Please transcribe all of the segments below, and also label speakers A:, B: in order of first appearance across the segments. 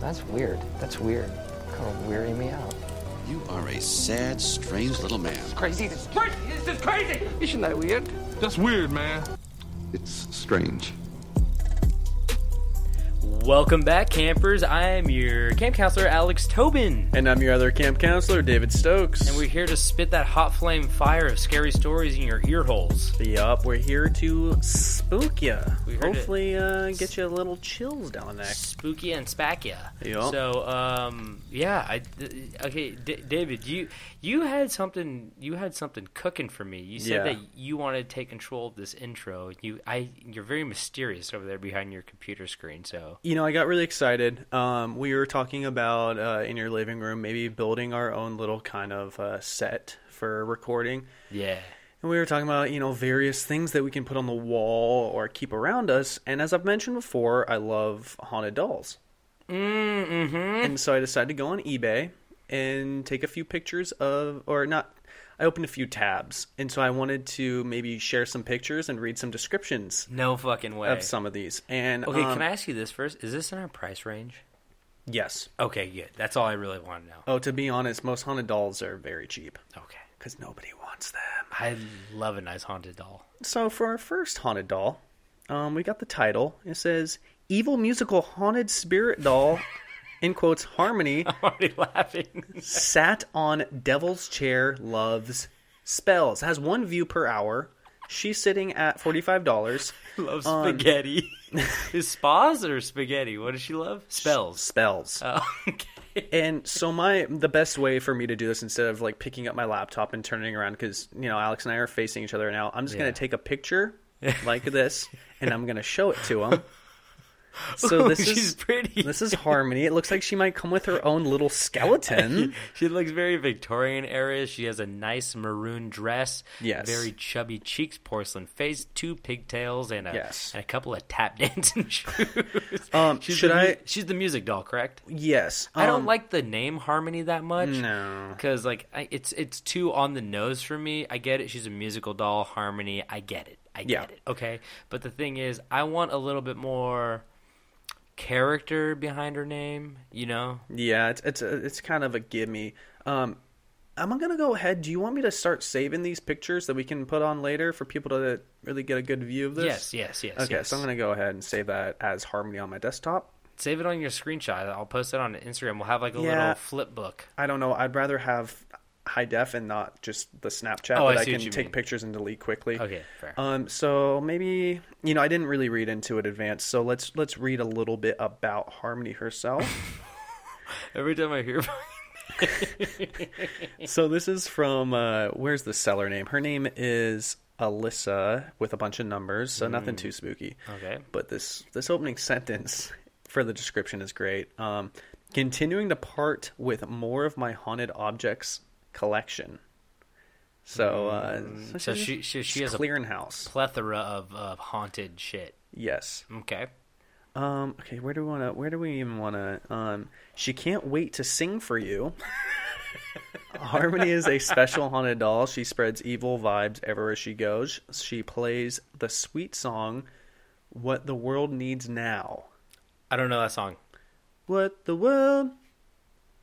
A: That's weird. That's weird. Kind of weary me out.
B: You are a sad, strange little man.
C: crazy. This is crazy. This is crazy. Isn't that weird?
D: That's weird, man.
E: It's strange.
F: Welcome back, campers. I'm your camp counselor, Alex Tobin.
G: And I'm your other camp counselor, David Stokes.
F: And we're here to spit that hot flame fire of scary stories in your ear holes.
G: Yup, we're here to spook ya.
F: We heard it.
G: Hopefully, uh, get you a little chills down the neck.
F: Spooky and spacky.
G: Yup.
F: So, um, yeah. I, d- okay, D- David, you you had something you had something cooking for me. You said
G: Yeah.
F: that you wanted to take control of this intro. You, I, you're very mysterious over there behind your computer screen. So,
G: You know, I got really excited. Um, we were talking about uh, in your living room, maybe building our own little kind of uh, set for recording.
F: yeah,
G: And we were talking about, you know, various things that we can put on the wall or keep around us. And as I've mentioned before, I love haunted dolls. Mm-hmm. And so I decided to go on eBay and take a few pictures of, or not, I opened a few tabs. And so I wanted to maybe share some pictures and read some descriptions
F: no fucking way.
G: of some of these. And
F: Okay,
G: um,
F: can I ask you this first? Is this in our price range?
G: Yes.
F: Okay, good. That's all I really want to know.
G: Oh, to be honest, most haunted dolls are very cheap
F: Okay.
G: because nobody wants them.
F: I love a nice haunted doll.
G: So for our first haunted doll, um, we got the title. It says "Evil Musical Haunted Spirit Doll." In quotes, Harmony
F: I'm already laughing.
G: sat on Devil's Chair, loves spells. Has one view per hour. She's sitting at forty-five dollars.
F: Love spaghetti. Is spas or spaghetti? What does she love? Spells.
G: Spells.
F: Oh, okay.
G: And so my the best way for me to do this instead of like picking up my laptop and turning around because you know Alex and I are facing each other now. I'm just
F: Yeah.
G: gonna take a picture like this and I'm gonna show it to him. So this
F: She's
G: is
F: pretty.
G: This is Harmony. It looks like she might come with her own little skeleton.
F: She looks very Victorian era. She has a nice maroon dress.
G: Yes.
F: Very chubby cheeks, porcelain face, two pigtails, and a
G: Yes.
F: and a couple of tap dancing shoes.
G: Um,
F: She's
G: should
F: the mu-
G: I?
F: She's the music doll, correct?
G: Yes.
F: I don't
G: Um,
F: like the name Harmony that much.
G: No.
F: because like I, it's it's too on the nose for me. I get it. She's a musical doll, Harmony. I get it. I
G: Yeah.
F: get it. Okay, but the thing is, I want a little bit more character behind her name. You know?
G: Yeah, it's it's a, it's kind of a gimme. Um, I'm gonna go ahead. Do you want me to start saving these pictures that we can put on later for people to really get a good view of this?
F: Yes, yes, yes.
G: Okay,
F: yes.
G: so I'm gonna go ahead and save that as Harmony on my desktop.
F: save it on your screenshot. I'll post it on Instagram. We'll have like a
G: Yeah.
F: little flip book.
G: I don't know. I'd rather have high def and not just the Snapchat
F: Oh, I
G: that I,
F: see what
G: can
F: you
G: take
F: mean.
G: pictures and delete quickly.
F: Okay, fair.
G: Um, so maybe you know I didn't really read into it advanced. So let's let's read a little bit about Harmony herself.
F: Every time I hear. about
G: so this is from uh, where's the seller name? Her name is Alyssa with a bunch of numbers. So nothing too spooky.
F: Mm. Okay.
G: but this this opening sentence for the description is great. Um, continuing to part with more of my haunted objects collection. So, uh,
F: Mm. So she- she- she
G: she's
F: has a-
G: clearinghouse.
F: Plethora of, of haunted shit.
G: yes.
F: Okay.
G: Um. Okay. Where do we want to? Where do we even want to? Um. She can't wait to sing for you. Harmony is a special haunted doll. She spreads evil vibes everywhere she goes. She plays the sweet song, "What the World Needs Now."
F: I don't know that song.
G: What the world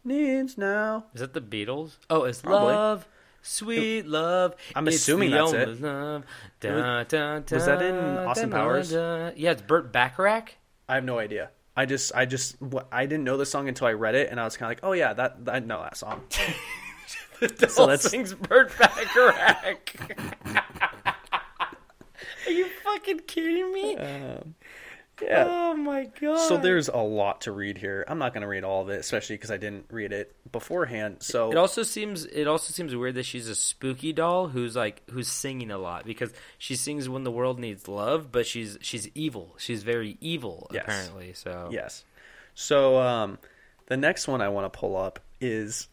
G: needs now.
F: Is that the Beatles? Oh, it's
G: Probably.
F: love, sweet love.
G: I'm
F: It's
G: assuming
F: the
G: that's
F: only
G: it.
F: Love. Da, da, da,
G: was that in
F: da,
G: Austin
F: da,
G: Powers?
F: da. Yeah, it's Burt Bacharach.
G: I have no idea. I just, I just, what, I didn't know the song until I read it, and I was kind of like, oh yeah, that I know that song. so
F: That
G: that's
F: sings Burt Bacharach. Are you fucking kidding me?
G: yeah.
F: Oh my god.
G: So there's a lot to read here. I'm not going to read all of it, especially because I didn't read it beforehand. So
F: It also seems it also seems weird that she's a spooky doll who's like who's singing a lot because she sings when the world needs love, but she's she's evil. She's very evil
G: Yes.
F: apparently. So
G: Yes. So um, the next one I want to pull up is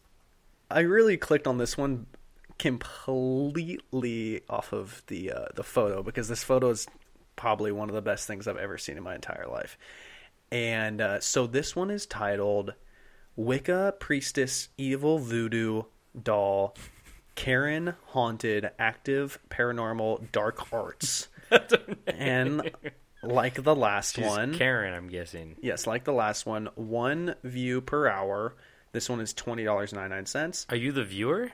G: I really clicked on this one completely off of the uh, the photo because this photo is probably one of the best things I've ever seen in my entire life. And uh, so this one is titled Wicca Priestess Evil Voodoo Doll Karen Haunted Active Paranormal Dark Arts. and like the last
F: She's
G: one.
F: Karen, I'm guessing.
G: yes, like the last one, one view per hour. This one is twenty dollars ninety nine cents.
F: Are you the viewer?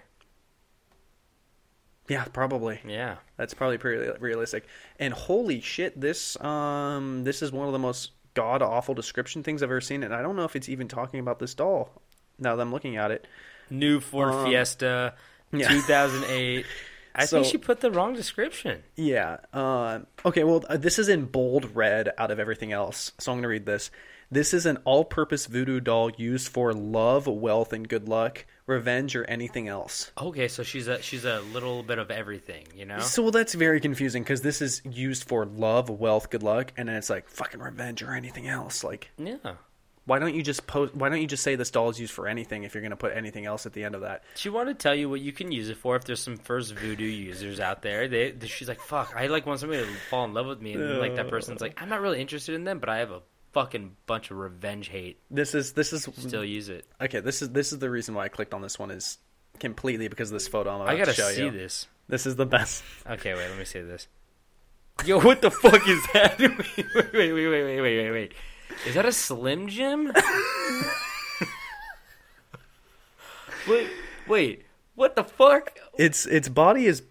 G: Yeah, probably.
F: Yeah.
G: That's probably pretty realistic. And holy shit, this um this is one of the most god awful description things I've ever seen, and I don't know if it's even talking about this doll. Now that I'm looking at it,
F: New Ford
G: Um,
F: Fiesta,
G: yeah.
F: 2008. I
G: So-
F: think she put the wrong description.
G: Yeah. Um okay, well, uh, this is in bold red out of everything else. So I'm going to read this. This is an all purpose voodoo doll used for love, wealth, and good luck, revenge, or anything else.
F: Okay, so she's a she's a little bit of everything, you know.
G: So well, that's very confusing because this is used for love, wealth, good luck, and then it's like fucking revenge or anything else. Like,
F: Yeah.
G: why don't you just post? Why don't you just say this doll is used for anything if you're going to put anything else at the end of that?
F: She wanted to tell you what you can use it for. If there's some first voodoo users out there, they, they- she's like, "Fuck, I like want somebody to fall in love with me," and then, like that person's like, "I'm not really interested in them, but I have a fucking bunch of revenge hate.
G: This is this is
F: Still use it.
G: okay. This is this is the reason why I clicked on this one is completely because of this photo. I'm about
F: I gotta
G: to show
F: see
G: you.
F: this.
G: This is the best.
F: Okay, wait, let me see this. Yo, what the fuck is that? wait, wait, wait, wait, wait, wait, wait, wait. Is that a Slim Jim? wait, wait, what the fuck?
G: Its its body is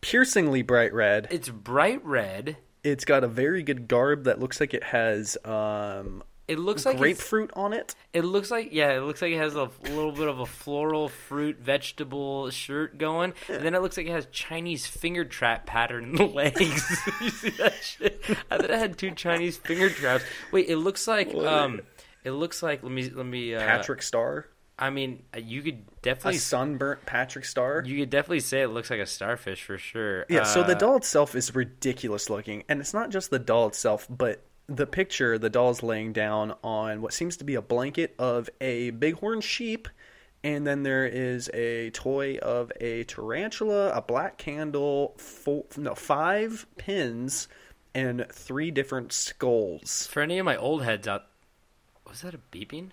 G: piercingly bright red.
F: It's bright red.
G: It's got a very good garb that looks like it has um,
F: It looks like it's-
G: grapefruit on it.
F: It looks like yeah, it looks like it has a little bit of a floral fruit vegetable shirt going, and then it looks like it has Chinese finger trap pattern in the legs. you see that shit? I thought it had two Chinese finger traps. Wait, it looks like um, it looks like let me let me uh,
G: Patrick Star,
F: I mean, uh, you could
G: a
F: definitely
G: sunburnt Patrick Star.
F: you could definitely say it looks like a starfish for sure.
G: yeah. so the
F: Uh,
G: doll itself is ridiculous looking, and it's not just the doll itself, but the picture the doll's laying down on what seems to be a blanket of a bighorn sheep. And then there is a toy of a tarantula, a black candle, four, no, five pins, and three different skulls.
F: for any of my old heads out was that a beeping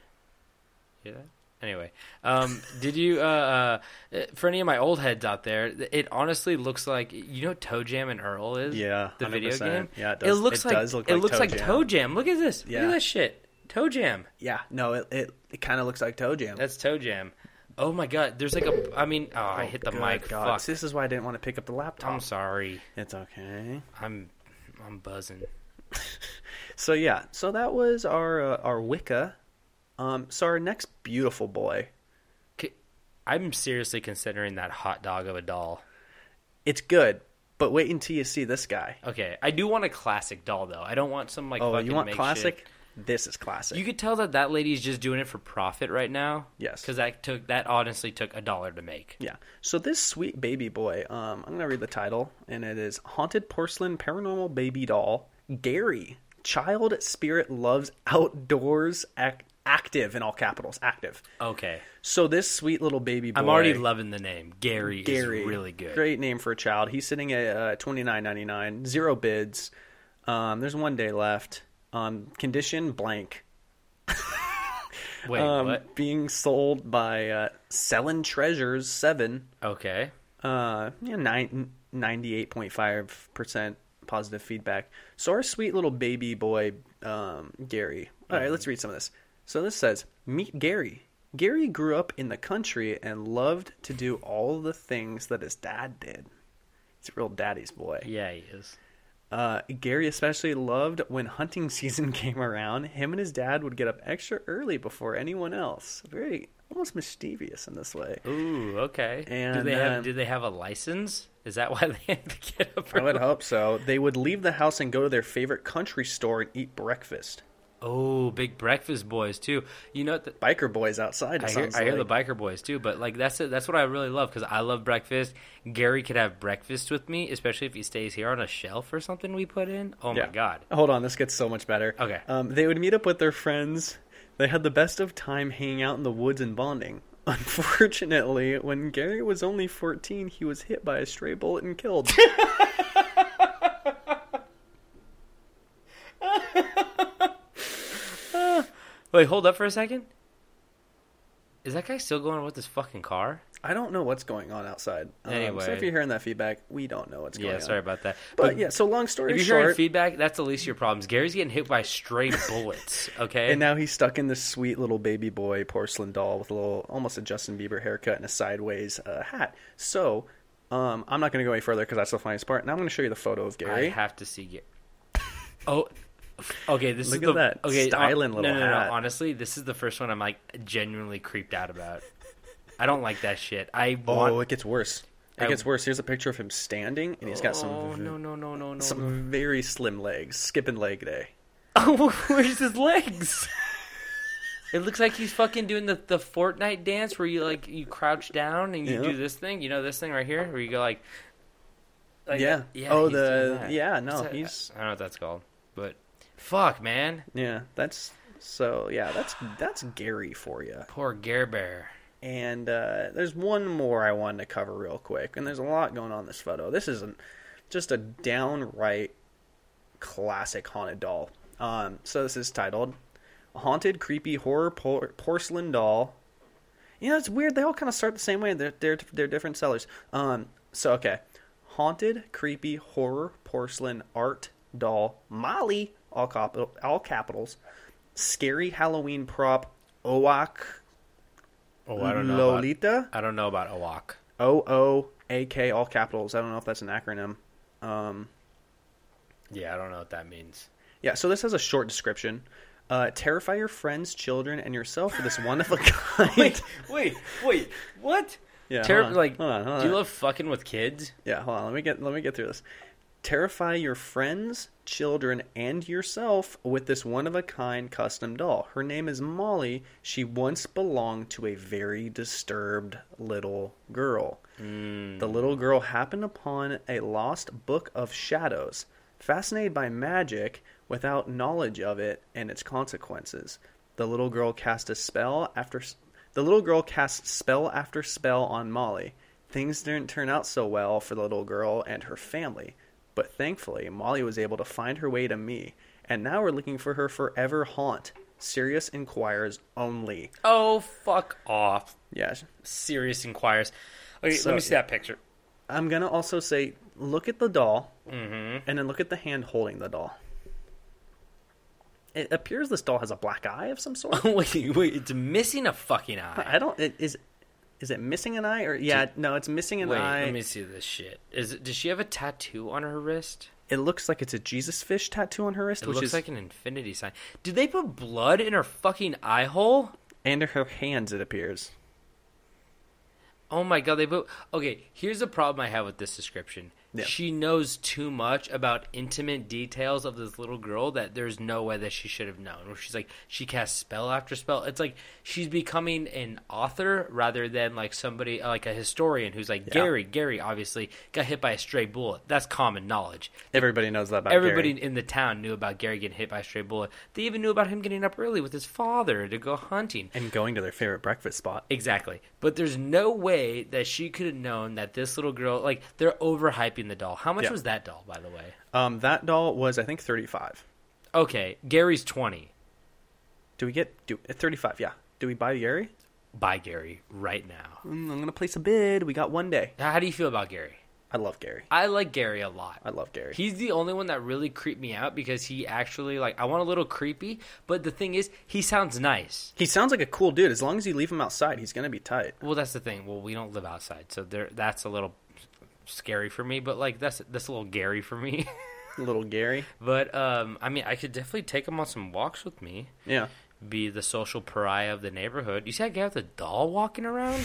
F: hear that anyway um did you uh, uh for any of my old heads out there it honestly looks like you know what toe jam and earl is
G: Yeah,
F: the video
G: 100%.
F: game
G: Yeah, it does-
F: looks
G: it
F: like
G: does look
F: it
G: like
F: looks
G: Toe
F: like
G: Jam.
F: toe jam look at this look
G: Yeah.
F: at that shit toe jam
G: Yeah, no, it it, it kind of looks like Toe Jam.
F: that's toe jam oh my god there's like a i mean oh, i hit the
G: Good
F: mic
G: God.
F: fuck
G: See, This is why I didn't want to pick up the laptop.
F: i'm sorry
G: It's okay.
F: i'm i'm buzzing
G: So yeah, so that was our uh, our Wicca. Um, so our next beautiful boy.
F: C- i'm seriously considering that hot dog of a doll
G: It's good, but wait until you see this guy.
F: Okay, I do want a classic doll though. I don't want some like.
G: Oh,
F: fucking
G: you want
F: makeshift-
G: classic? This is classic.
F: You could tell that that lady's just doing it for profit right now.
G: Yes.
F: because that took that honestly took a dollar to make.
G: Yeah. So this sweet baby boy, um, I'm gonna read the title, and it is Haunted Porcelain Paranormal Baby Doll Gary. Child spirit loves outdoors. Ac- active in all capitals. Active.
F: Okay,
G: So this sweet little baby boy.
F: I'm already loving the name. Gary,
G: Gary.
F: is really good.
G: Great name for a child. He's sitting at uh, twenty nine ninety nine. Zero bids. Um, there's one day left. Um, condition blank.
F: Wait,
G: Um,
F: what?
G: Being sold by uh, Selling Treasures Seven.
F: Okay,
G: Uh, yeah, nine, 98.5% positive feedback. So our sweet little baby boy, um, Gary. All right, let's read some of this. So this says, meet Gary. Gary grew up in the country and loved to do all the things that his dad did. He's a real daddy's boy.
F: yeah, he is.
G: Uh, Gary especially loved when hunting season came around. Him and his dad would get up extra early before anyone else. Very almost mischievous in this way.
F: Ooh, okay. do
G: And,
F: they have
G: um,
F: do they have a license? Is that why they have to get up?
G: I would
F: early?
G: hope so. They would leave the house and go to their favorite country store and eat breakfast.
F: Oh, big breakfast boys too. You know what? The,
G: Biker boys outside. it
F: I hear,
G: sounds
F: I hear the
G: like.
F: biker boys too, but like that's it. That's what I really love because I love breakfast. Gary could have breakfast with me, especially if he stays here on a shelf or something we put in. Oh
G: Yeah.
F: my god!
G: Hold on, this gets so much better.
F: Okay.
G: Um, they would meet up with their friends. They had the best of time hanging out in the woods and bonding. Unfortunately, when Gary was only 14, he was hit by a stray bullet and killed.
F: Wait, hold up for a second. Is that guy still going with this fucking car?
G: I don't know what's going on outside. Um,
F: Anyway.
G: so if you're hearing that feedback, we don't know what's going
F: yeah,
G: on.
F: sorry about that.
G: But, yeah, so long story
F: if you're hearing
G: short,
F: feedback, that's the least of your problems. Gary's getting hit by stray bullets. Okay.
G: and now he's stuck in this sweet little baby boy porcelain doll with a little, almost a Justin Bieber haircut and a sideways uh, hat. So um, I'm not going to go any further because that's the funniest part. Now I'm going to show you the photo of
F: I
G: Gary.
F: have to see Gary. Oh, okay. This
G: Look
F: is the,
G: at that
F: okay,
G: styling
F: uh,
G: little
F: no, no, no,
G: hat.
F: Honestly, this is the first one I'm like genuinely creeped out about. I don't like that shit. I want.
G: oh, it gets worse. It
F: I-
G: gets worse. Here's a picture of him standing, and he's got some
F: oh
G: v-
F: no no no no no!
G: some very slim legs, skipping leg day.
F: Oh, where's his legs? It looks like he's fucking doing the, the Fortnite dance where you like you crouch down and you
G: Yeah.
F: do this thing. You know this thing right here where you go like, like
G: Yeah. Oh,
F: he's doing
G: the-
F: that.
G: yeah, no,
F: What's that?
G: he's-
F: I don't know what that's called, but fuck, man,
G: Yeah, that's so. Yeah, that's that's Gary for you.
F: poor Gare Bear.
G: And uh, there's one more I wanted to cover real quick, and there's a lot going on in this photo. This isn't just a downright classic haunted doll. Um, so this is titled "Haunted Creepy Horror Por- Porcelain Doll." You know, it's weird. They all kind of start the same way. They're they're they're different sellers. Um, so okay, haunted creepy horror porcelain art doll Molly, all capital all capitals, scary Halloween prop Owak
F: Oh, I don't know.
G: Lolita.
F: About, I don't know about Awak.
G: O O A K, all capitals. I don't know if that's an acronym. Um,
F: Yeah, I don't know what that means.
G: yeah, so this has a short description. Uh, terrify your friends, children, and yourself with this one of a kind.
F: wait, wait, what?
G: Yeah,
F: Ter-
G: hold on,
F: like,
G: hold on, hold
F: do you
G: on.
F: love fucking with kids?
G: yeah, hold on. Let me get let me get through this. Terrify your friends, children, and yourself with this one of a kind custom doll. Her name is Molly. She once belonged to a very disturbed little girl. The little girl happened upon a lost book of shadows, fascinated by magic without knowledge of it and its consequences. The little girl cast a spell after s- the little girl cast spell after spell on Molly. Things didn't turn out so well for the little girl and her family, but thankfully Molly was able to find her way to me, and now we're looking for her forever haunt. Serious inquires only.
F: Oh, fuck off.
G: Yes.
F: Serious inquires. Okay,
G: So-
F: let me see that picture.
G: I'm gonna also say, look at the doll,
F: Mm-hmm.
G: and then look at the hand holding the doll. It appears this doll has a black eye of some
F: Oh.
G: sort.
F: wait, wait, it's missing a fucking eye.
G: I don't. It, is is it missing an eye or yeah? No, it's missing an
F: Wait,
G: eye.
F: let me see this shit. Is it, does she have a tattoo on her wrist?
G: It looks like it's a Jesus fish tattoo on her wrist,
F: It
G: which
F: looks
G: is
F: like an infinity sign. Did they put blood in her fucking eye hole?
G: and her hands. It appears.
F: Oh my god, they put Okay, here's the problem I have with this description.
G: Yeah.
F: She knows too much about intimate details of this little girl that there's no way that she should have known. Where she's like she casts spell after spell. It's like she's becoming an author rather than like somebody like a historian who's like Gary, Gary obviously got hit by a stray bullet. That's common knowledge.
G: Everybody knows that about
F: Everybody
G: Gary.
F: in the town knew about Gary getting hit by a stray bullet. They even knew about him getting up early with his father to go hunting.
G: and going to their favorite breakfast spot.
F: Exactly. But there's no way that she could have known that this little girl, like, they're overhyping the doll. How much
G: Yeah.
F: was that doll, by the way?
G: Um, that doll was I think 35.
F: Okay, Gary's 20.
G: Do we get do 35? Yeah. Do we buy Gary?
F: Buy Gary right now.
G: Mm, I'm gonna place a bid. We got one day.
F: How do you feel about Gary?
G: I love Gary.
F: I like Gary a lot.
G: I love Gary.
F: He's the only one that really creeped me out because he actually, like, I want a little creepy, but the thing is, he sounds nice.
G: He sounds like a cool dude. As long as you leave him outside, he's gonna be tight.
F: Well, that's the thing. Well, we don't live outside, so there, that's a little scary for me, but, like, that's, that's a little Gary for me.
G: Little Gary.
F: but, um, I mean, I could definitely take him on some walks with me.
G: Yeah.
F: be the social pariah of the neighborhood. You see that guy with the doll walking around?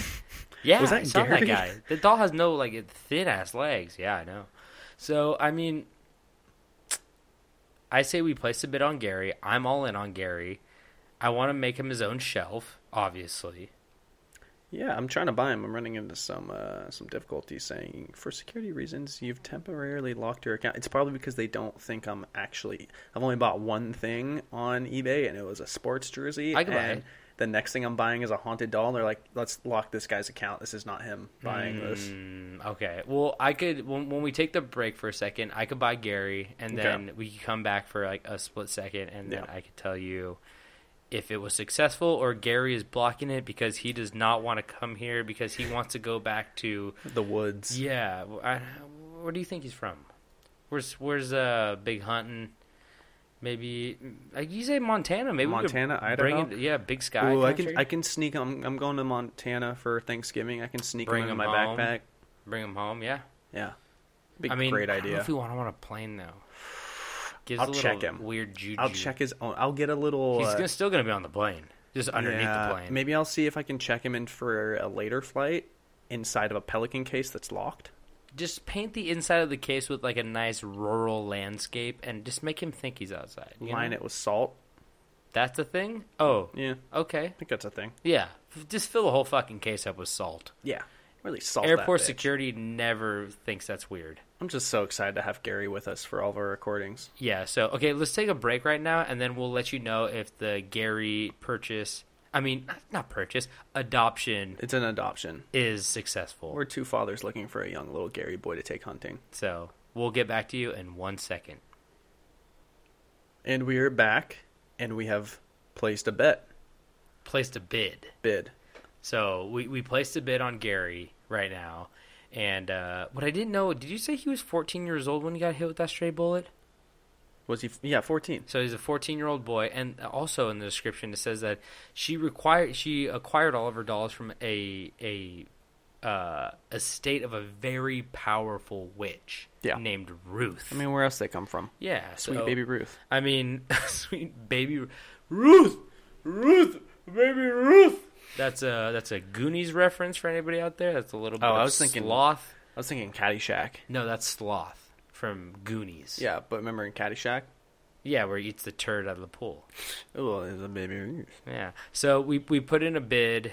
F: Yeah,
G: Was that
F: I saw
G: Gary?
F: that guy. The doll has no like thin ass legs. Yeah, I know. So I mean, I say we place a bid on Gary. I'm all in on Gary. I want to make him his own shelf, obviously.
G: Yeah, I'm trying to buy him. I'm running into some uh, some difficulty saying for security reasons you've temporarily locked your account. It's probably because they don't think I'm actually. I've only bought one thing on eBay, and it was a sports jersey.
F: I can buy
G: and
F: it.
G: The next thing I'm buying is a haunted doll. They're like, let's lock this guy's account. This is not him buying this.
F: Mm, Okay. Well, I could when, when we take the break for a second, I could buy Gary, and
G: Okay.
F: then we could come back for like a split second, and then
G: Yeah.
F: I could tell you if it was successful or Gary is blocking it because he does not want to come here because he wants to go back to
G: The woods.
F: yeah. wh- I, where do you think he's from? Where's Where's uh Big Huntin? Maybe like you say Montana. Maybe
G: Montana,
F: I bring
G: Idaho?
F: it- yeah, Big Sky.
G: Ooh, I can
F: country.
G: I can sneak. I'm I'm going to Montana for Thanksgiving. I can sneak
F: Bring
G: them in
F: 'em
G: my
F: home.
G: backpack.
F: bring him home. Yeah,
G: Yeah, Be
F: I mean,
G: great
F: I don't know
G: idea.
F: if we want him on a plane though, gives
G: I'll
F: a little
G: check him.
F: Weird juju.
G: I'll check his own. I'll get a little.
F: He's
G: uh,
F: gonna, still gonna be on the plane, just underneath
G: yeah,
F: the plane.
G: Maybe I'll see if I can check him in for a later flight inside of a Pelican case that's locked.
F: Just paint the inside of the case with like a nice rural landscape, and just make him think he's outside. you
G: Line
F: know?
G: it with salt.
F: That's the thing. Oh,
G: Yeah,
F: okay,
G: I think that's a thing.
F: yeah. F- Just fill the whole fucking case up with salt.
G: Yeah, really salt. that
F: Airport
G: bitch.
F: security never thinks that's weird.
G: I'm just so excited to have Gary with us for all of our recordings.
F: Yeah, so okay, let's take a break right now and then we'll let you know if the Gary purchase I mean not purchase, adoption
G: It's an adoption.
F: is successful.
G: We're two fathers looking for a young little Gary boy to take hunting,
F: so we'll get back to you in one second.
G: and we are back, and we have placed a bet.
F: Placed a bid.
G: Bid.
F: So we, we placed a bid on Gary right now. And uh, what I didn't know, did you say he was 14 years old when he got hit with that stray bullet?
G: Was he? Yeah, 14.
F: So he's a 14 year old boy, and also in the description it says that she required she acquired all of her dolls from a a uh, estate of a very powerful witch
G: Yeah.
F: named Ruth.
G: I mean, where else they come from?
F: yeah,
G: Sweet
F: so-
G: baby Ruth.
F: I mean, sweet baby Ru- Ruth, Ruth, baby Ruth. That's a that's a Goonies reference for anybody out there. That's a little. Bit
G: Oh, I
F: of
G: was thinking-
F: sloth.
G: I was thinking Caddyshack.
F: No, that's sloth from Goonies.
G: Yeah, but remember in Caddyshack?
F: yeah, where he eats the turd out of the pool.
G: Oh, there's a baby Ruth.
F: Yeah. So we we put in a bid.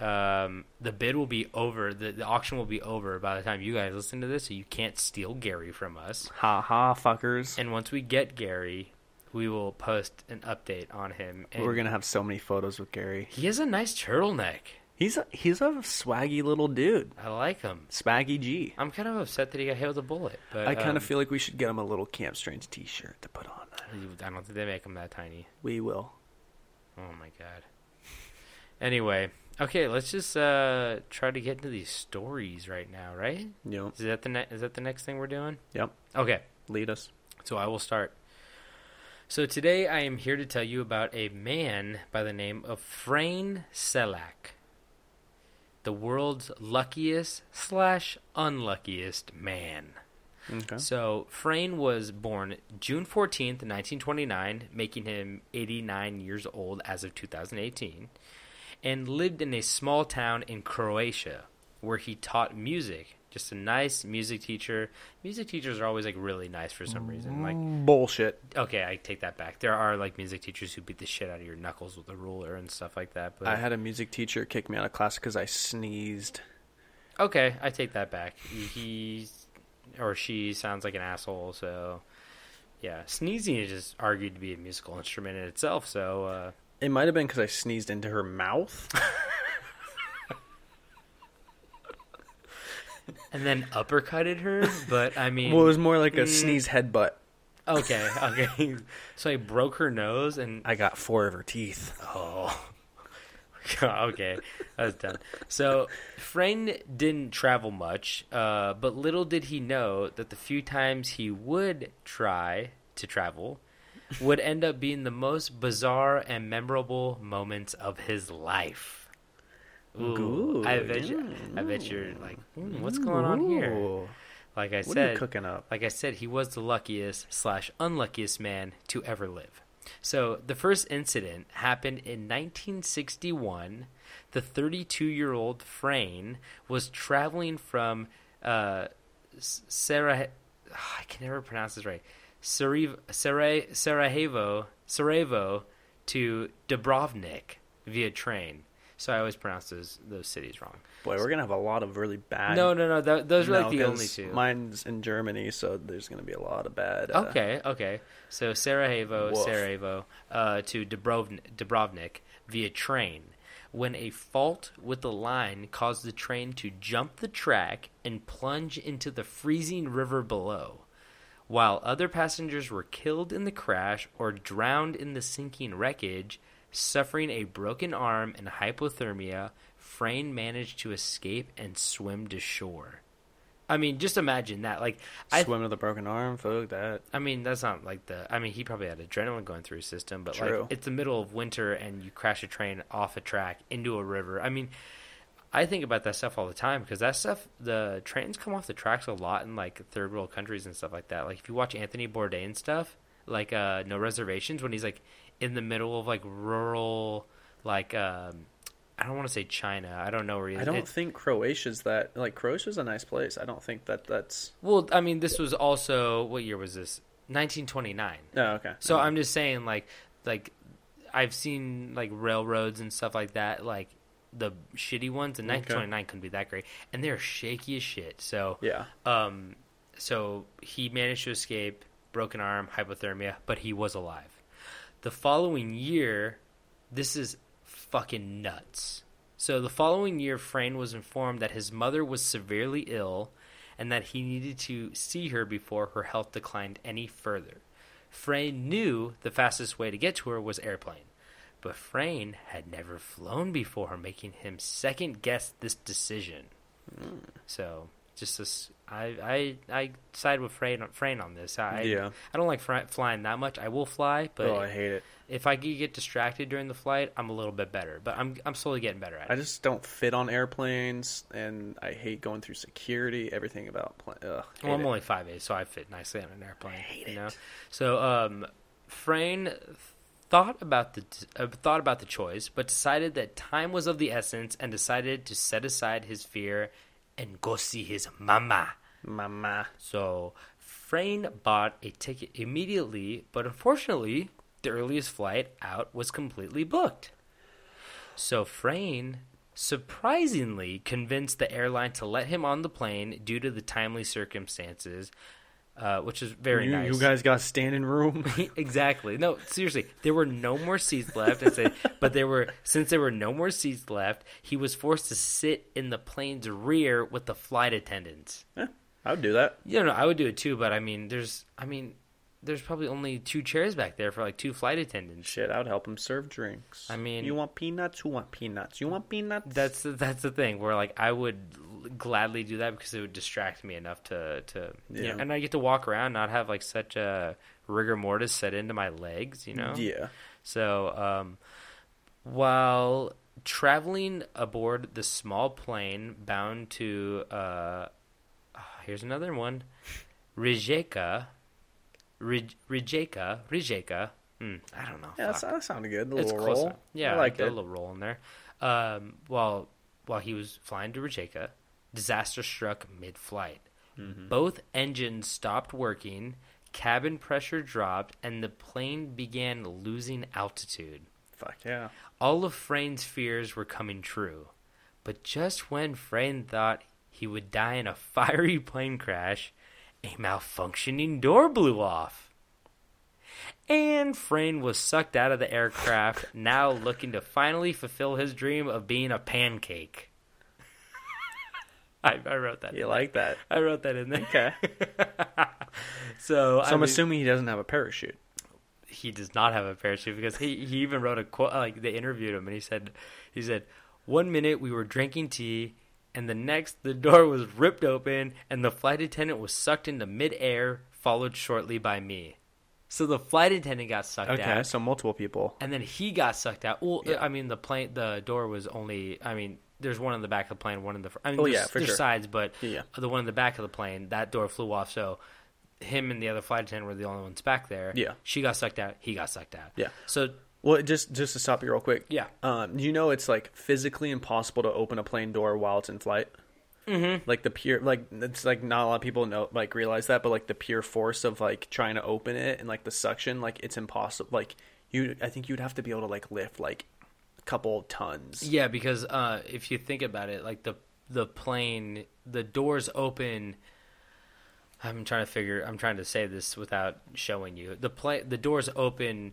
F: Um, the bid will be over. The, the auction will be over by the time you guys listen to this, so you can't steal Gary from us.
G: Ha ha, fuckers.
F: And once we get Gary, we will post an update on him. And
G: We're gonna have so many photos with Gary.
F: He has a nice turtleneck.
G: He's a he's a swaggy little dude.
F: I like him.
G: Spaggy G.
F: I'm kind of upset that he got hit with a bullet. But
G: I kind
F: um,
G: of feel like we should get him a little Camp Strange T-shirt to put on.
F: I don't think they make him that tiny.
G: We will.
F: Oh my god. Anyway, okay, let's just uh try to get into these stories right now, right?
G: Yep.
F: Is that the ne- is that the next thing we're doing?
G: Yep.
F: Okay.
G: Lead us.
F: So I will start. So today I am here to tell you about a man by the name of Frayne Selak, the world's luckiest slash unluckiest man.
G: Okay.
F: So Frayne was born June 14th, 1929, making him 89 years old as of 2018, and lived in a small town in Croatia where he taught music. Just a nice music teacher. Music teachers are always like really nice for some reason.
G: Mm.
F: Like
G: Bullshit.
F: okay, I take that back. There are like music teachers who beat the shit out of your knuckles with a ruler and stuff like that. But
G: I had a music teacher kick me out of class because I sneezed.
F: okay, I take that back. He or she sounds like an asshole. So yeah, sneezing is just argued to be a musical instrument in itself. So uh,
G: It might have been because I sneezed into her mouth.
F: and then uppercutted her, but I mean,
G: well, it was more like
F: Mm.
G: a sneeze headbutt.
F: okay, okay. so I broke her nose and
G: I got four of her teeth.
F: Oh. okay, that's done. So, Frayne didn't travel much, uh, but little did he know that the few times he would try to travel would end up being the most bizarre and memorable moments of his life. Ooh, I bet you, I bet you're like, "Hmm, what's going on here?
G: Ooh.
F: Like I
G: What
F: said,
G: are you cooking up?
F: like I said, he was the luckiest slash unluckiest man to ever live. So the first incident happened in 1961. The 32 year old Frayne was traveling from uh, S- Sarah. I can never pronounce this right. Sarajevo, Sarajevo, Sarajevo to Dubrovnik via train. So I always pronounce those those cities wrong.
G: Boy, we're gonna have a lot of really bad.
F: No, no, no. tho- those are
G: No,
F: like the only
G: 'cause
F: two.
G: Mine's in Germany, so there's gonna be a lot of bad. uh,
F: Okay, okay. So Sarajevo,
G: Woof.
F: Sarajevo uh, to Dubrovnik, Dubrovnik via train. When a fault with the line caused the train to jump the track and plunge into the freezing river below, while other passengers were killed in the crash or drowned in the sinking wreckage, Suffering a broken arm and hypothermia, Frayne managed to escape and swim to shore. I mean, just imagine that. Like, I,
G: Swim with a broken arm, fuck that.
F: I mean, that's not like the. I mean, he probably had adrenaline going through his system, but
G: True.
F: like it's the middle of winter and you crash a train off a track into a river. I mean, I think about that stuff all the time because that stuff, the trains come off the tracks a lot in like third world countries and stuff like that. Like if you watch Anthony Bourdain stuff, like uh, No Reservations, when he's like in the middle of like rural, like um, I don't want to say China. I don't know where he is.
G: I don't
F: It-
G: think Croatia's that like Croatia's a nice place. I don't think that that's
F: well, I mean, this was also what year was this? 1929.
G: oh okay.
F: So I'm just saying, like, like I've seen like railroads and stuff like that, like the shitty ones. And 1929 couldn't be that great, and they're shaky as shit. So
G: yeah.
F: um, so he managed to escape, broken arm, hypothermia, but he was alive. The following year, this is fucking nuts. So the following year, Frayne was informed that his mother was severely ill and that he needed to see her before her health declined any further. Frayne knew the fastest way to get to her was airplane, but Frayne had never flown before, making him second guess this decision. So just this, I I I side with Frayne, Frayne on this. I
G: Yeah.
F: I don't like fri- flying that much. I will fly, but
G: oh, I hate it.
F: if I could get distracted during the flight, I'm a little bit better. But I'm I'm slowly getting better at
G: I
F: it.
G: just don't fit on airplanes, and I hate going through security. Everything about pla- ugh, hate
F: well, I'm
G: it.
F: only five eight, so I fit nicely on an airplane. you know. So um, Frayne thought about the uh, thought about the choice, but decided that time was of the essence, and decided to set aside his fear and go see his mama.
G: Mama.
F: So Frayne bought a ticket immediately, but unfortunately, the earliest flight out was completely booked. So Frayne surprisingly convinced the airline to let him on the plane due to the timely circumstances, uh, which is very
G: you,
F: nice.
G: you guys got standing room.
F: exactly. No, seriously, there were no more seats left. And said, but there were since there were no more seats left, he was forced to sit in the plane's rear with the flight attendants.
G: I would do that.
F: Yeah, no, I would do it too, but I mean, there's, I mean, there's probably only two chairs back there for like two flight attendants.
G: Shit, I would help him serve drinks.
F: I mean-
G: you want peanuts? Who want peanuts? You want peanuts?
F: That's the, that's the thing where like I would l- gladly do that because it would distract me enough to to you know,
G: Yeah.
F: and I get to walk around, not have like such a rigor mortis set into my legs, you know.
G: yeah.
F: So, um, while traveling aboard the small plane bound to, uh, ah, here's another one, Rijeka, Rij- Rijeka, Rijeka. Hmm, I don't know.
G: Yeah,
F: Fuck.
G: that's, that sounded good. A
F: It's
G: little
F: close
G: roll.
F: enough. Yeah,
G: I
F: like
G: like
F: a
G: it.
F: little roll in there. Um, while while he was flying to Rijeka, disaster struck mid-flight.
G: Mm-hmm.
F: Both engines stopped working, cabin pressure dropped, and the plane began losing altitude.
G: Fuck yeah.
F: All of Frayne's fears were coming true. But just when Frayne thought he would die in a fiery plane crash, a malfunctioning door blew off. And Frayne was sucked out of the aircraft, now looking to finally fulfill his dream of being a pancake. I, I wrote that.
G: You like that?
F: I wrote that in there.
G: Okay. So
F: So, I
G: I'm
F: mean-
G: assuming he doesn't have a parachute.
F: he does not have a parachute because he, he even wrote a quote like they interviewed him and he said he said one minute we were drinking tea and the next the door was ripped open and the flight attendant was sucked into midair followed shortly by me so the flight attendant got sucked
G: Okay,
F: out
G: so multiple people.
F: and then he got sucked out well i mean the plane the door was only i mean there's one in the back of the plane one in the front i mean
G: Oh,
F: there's,
G: yeah, for
F: there's
G: sure.
F: sides but
G: Yeah.
F: the one in the back of the plane that door flew off so him and the other flight attendant were the only ones back there
G: Yeah.
F: she got sucked out he got sucked out
G: Yeah.
F: so
G: Well, just just to stop you real quick.
F: Yeah.
G: Um, you know it's like physically impossible to open a plane door while it's in flight. Mm-hmm. Like the pure, like it's like not a lot of people know, like realize that, but like the pure force of like trying to open it and like the suction, like it's impossible. Like you, I think you'd have to be able to like lift like a couple tons.
F: Yeah, because uh, if you think about it, like the the plane, the doors open. I'm trying to figure. I'm trying to say this without showing you. The play, the doors open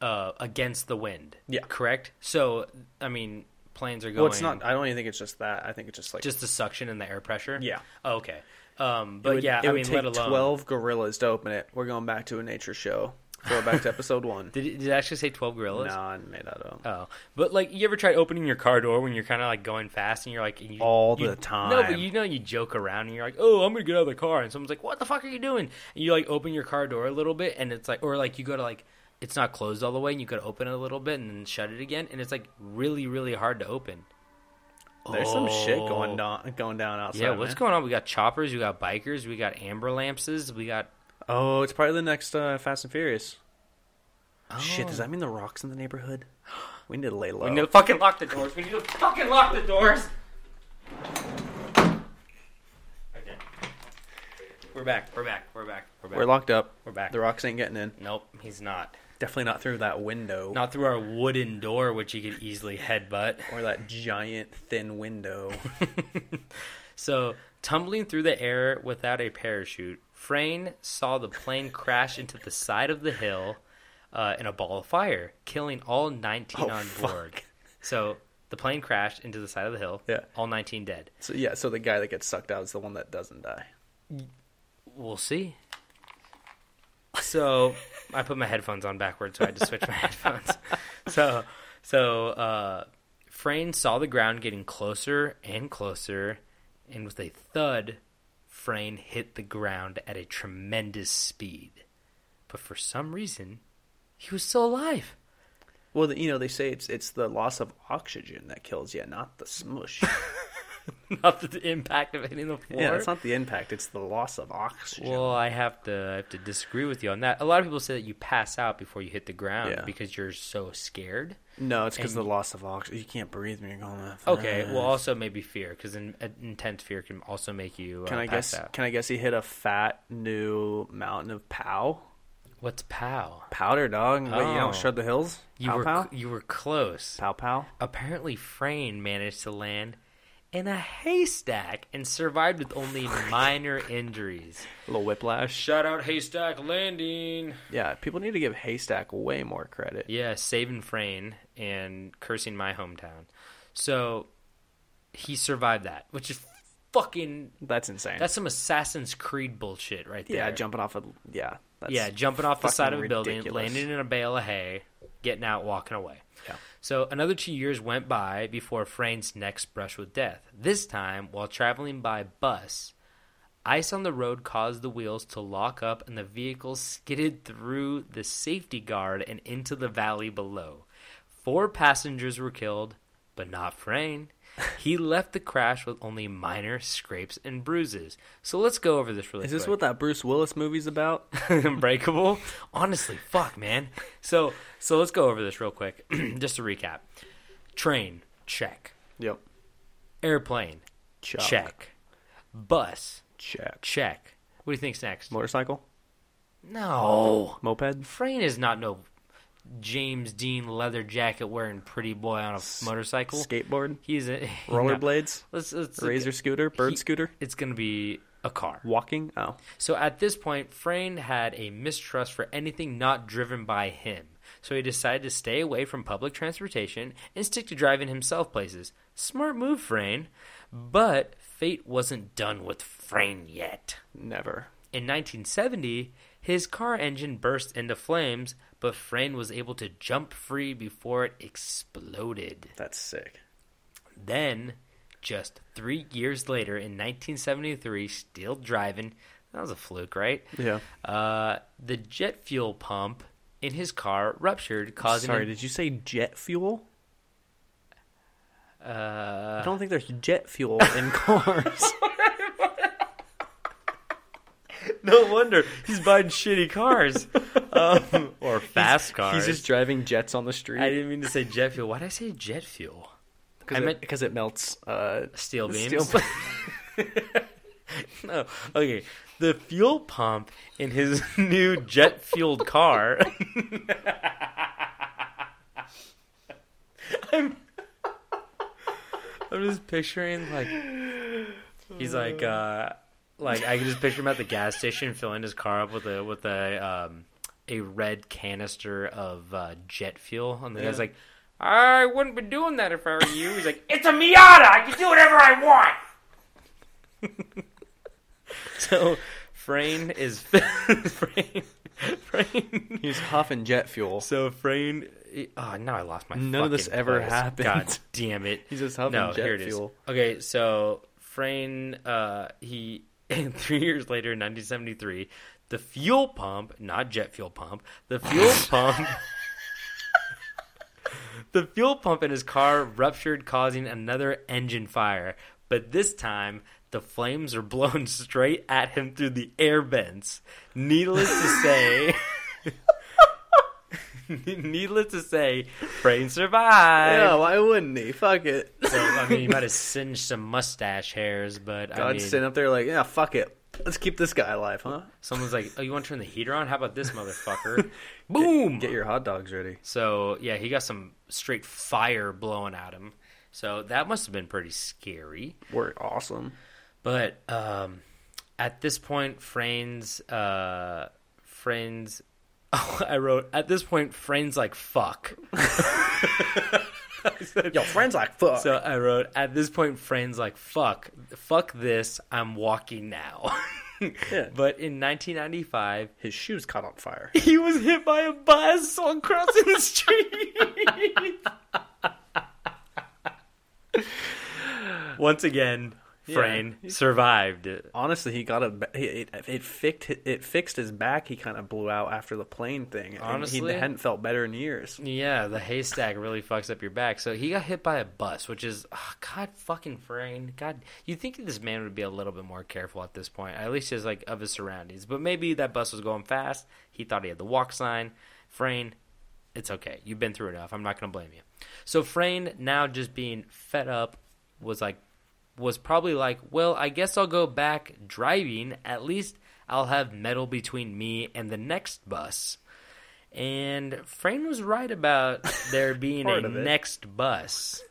F: uh, against the wind.
G: Yeah.
F: correct. So, I mean, planes are going.
G: Well, it's not. I don't even think it's just that. I think it's just like
F: just the suction and the air pressure.
G: Yeah.
F: Okay. Um,
G: It
F: but
G: would-
F: yeah,
G: it
F: I
G: would
F: mean,
G: take
F: let alone
G: twelve gorillas to open it. We're going back to a nature show. Throwback to episode one.
F: Did it, did it actually say 12 gorillas?
G: Nah, I made that up.
F: Oh, but like you ever tried opening your car door when you're kind of like going fast and you're like and you,
G: All
F: you-
G: the time.
F: No, but you know you joke around and you're like, oh, I'm gonna get out of the car, and someone's like, what the fuck are you doing? And you like open your car door a little bit, and it's like, or like you go to like it's not closed all the way, and you go to open it a little bit and then shut it again, and it's like really really hard to open.
G: There's some shit
F: Oh.
G: going down going down outside.
F: Yeah, what's
G: man.
F: going on? We got choppers, we got bikers, we got amber lampses, we got
G: Oh, it's probably the next uh, Fast and Furious. Shit, does that mean the rocks in the neighborhood? We need to lay low.
F: Oh. We need to fucking lock the doors. We need to fucking lock the doors. Okay. We're back. We're back. We're back. We're back.
G: We're locked up.
F: We're back.
G: The rocks ain't getting in.
F: Nope, he's not.
G: Definitely not through that window
F: Not through our wooden door, which you could easily headbutt.
G: or that giant thin window.
F: So, tumbling through the air without a parachute, Frayne saw the plane crash into the side of the hill uh, in a ball of fire, killing all 19
G: Oh,
F: on
G: fuck.
F: board. So, the plane crashed into the side of the hill,
G: Yeah.
F: all 19 dead.
G: so yeah, so the guy that gets sucked out is the one that doesn't die.
F: We'll see. So I put my headphones on backwards, so I had to switch my headphones. So, so uh, Frayne saw the ground getting closer and closer, and with a thud, Frayne hit the ground at a tremendous speed. But for some reason, he was still alive.
G: Well, the, you know they say it's it's the loss of oxygen that kills you, not the smush.
F: Not the impact of hitting the floor.
G: yeah, it's not the impact; it's the loss of oxygen.
F: Well, I have to I have to disagree with you on that. A lot of people say that you pass out before you hit the ground
G: Yeah.
F: because you're so scared.
G: no, it's because
F: and-
G: the loss of oxygen. You can't breathe when you're going that fast.
F: Okay. Well, also maybe fear, because in, uh, intense fear can also make you. Uh,
G: Can I
F: pass
G: guess?
F: Out.
G: Can I guess he hit a fat new mountain of pow
F: What's pow?
G: powder, dog? But you
F: Oh.
G: don't shred the hills.
F: You
G: pow
F: were
G: pow
F: you were close.
G: pow pow.
F: Apparently, Frayne managed to land in a haystack and survived with only minor injuries.
G: little whiplash.
F: Shout out haystack landing.
G: Yeah, people need to give Haystack way more credit.
F: Yeah, saving Frayne and cursing my hometown. So he survived that, which is fucking.
G: That's insane.
F: That's some Assassin's Creed bullshit right there.
G: yeah, jumping off a yeah. That's,
F: yeah, jumping off the
G: fucking
F: side of a building,
G: ridiculous.
F: landing in a bale of hay, getting out, walking away.
G: Yeah.
F: So another two years went by before Frayne's next brush with death. This time, while traveling by bus, ice on the road caused the wheels to lock up and the vehicle skidded through the safety guard and into the valley below. Four passengers were killed, but not Frayne. He left the crash with only minor scrapes and bruises. So let's go over this really
G: Is this
F: quick.
G: what that Bruce Willis movie's about?
F: Unbreakable. Honestly, fuck, man. So so let's go over this real quick. Just to recap. Train, check.
G: yep.
F: Airplane,
G: Chuck.
F: check. Bus,
G: Check.
F: check. What do you think's next?
G: Motorcycle.
F: No.
G: Moped.
F: Frayne is not no James Dean leather jacket wearing pretty boy on a motorcycle.
G: skateboard?
F: He's a
G: Rollerblades?
F: Let's, let's
G: Razor scooter. Bird
F: he-
G: scooter.
F: It's gonna be a car.
G: Walking. Oh.
F: So at this point, Frayne had a mistrust for anything not driven by him. So he decided to stay away from public transportation and stick to driving himself places. Smart move, Frayne. But fate wasn't done with Frayne yet.
G: Never.
F: In 1970, his car engine burst into flames, but Frayne was able to jump free before it exploded.
G: That's sick.
F: Then, just three years later, in 1973, still driving. That was a fluke, right?
G: Yeah.
F: Uh, the jet fuel pump in his car ruptured, causing.
G: Sorry,
F: him-
G: did you say jet fuel? Uh, I don't think there's jet fuel in cars.
F: no wonder he's buying shitty cars um, or fast cars.
G: He's just driving jets on the street.
F: I didn't mean to say jet fuel. Why did I say jet fuel? I
G: Because
F: meant-
G: it, 'cause it melts. Uh,
F: Steel beams.
G: Steel
F: no. Okay. The fuel pump in his new jet fueled car. I'm, I'm just picturing like he's like uh like I can just picture him at the gas station filling his car up with a with a um a red canister of uh, jet fuel and the guy's like I wouldn't be doing that if I were you. He's like, It's a Miata, I can do whatever I want. so Frayne is Frayne. Frayne.
G: He's huffing jet fuel.
F: So Frayne. Oh, now I lost my.
G: None of this
F: fucking
G: ever
F: place.
G: happened.
F: God damn it!
G: He's just huffing
F: no,
G: jet
F: here it is.
G: fuel.
F: Okay, so Frayne, uh, he three years later, in 1973, the fuel pump, not jet fuel pump, the fuel pump. The fuel pump in his car ruptured, causing another engine fire. But this time, the flames are blown straight at him through the air vents. Needless to say, needless to say, Brain survived.
G: Yeah, why wouldn't he? Fuck it.
F: So, I mean, he might have singed some mustache hairs, but I
G: God's
F: mean,
G: sitting up there like, yeah, fuck it. Let's keep this guy alive, huh?
F: someone's like, "Oh, you want to turn the heater on? How about this motherfucker?" Boom.
G: Get your hot dogs ready.
F: So yeah, he got some straight fire blowing at him. So that must have been pretty scary.
G: We're awesome.
F: But um, at this point, Frayne's uh, Frayne's. Oh, I wrote at this point, Frayne's like fuck.
G: Yo, friends like fuck.
F: So I wrote at this point, Frayne's like fuck, fuck this. I'm walking now.
G: Yeah.
F: But in 1995,
G: His shoes caught on fire.
F: he was hit by a bus while crossing the street. Once again, Frayne survived it.
G: Honestly, he got a ba- he- it. It fixed it fixed his back. He kind of blew out after the plane thing. and
F: Honestly?
G: he hadn't felt better in years.
F: Yeah, the haystack really fucks up your back. So he got hit by a bus, which is ah, God fucking frame. God, you think this man would be a little bit more careful at this point, at least just like of his surroundings. But maybe that bus was going fast. He thought he had the walk sign. Frayne, it's okay. You've been through enough. I'm not gonna blame you. So Frayne, now just being fed up, was like, was probably like, well, I guess I'll go back driving. At least I'll have metal between me and the next bus. And Frayne was right about there being a
G: Part of it.
F: next bus,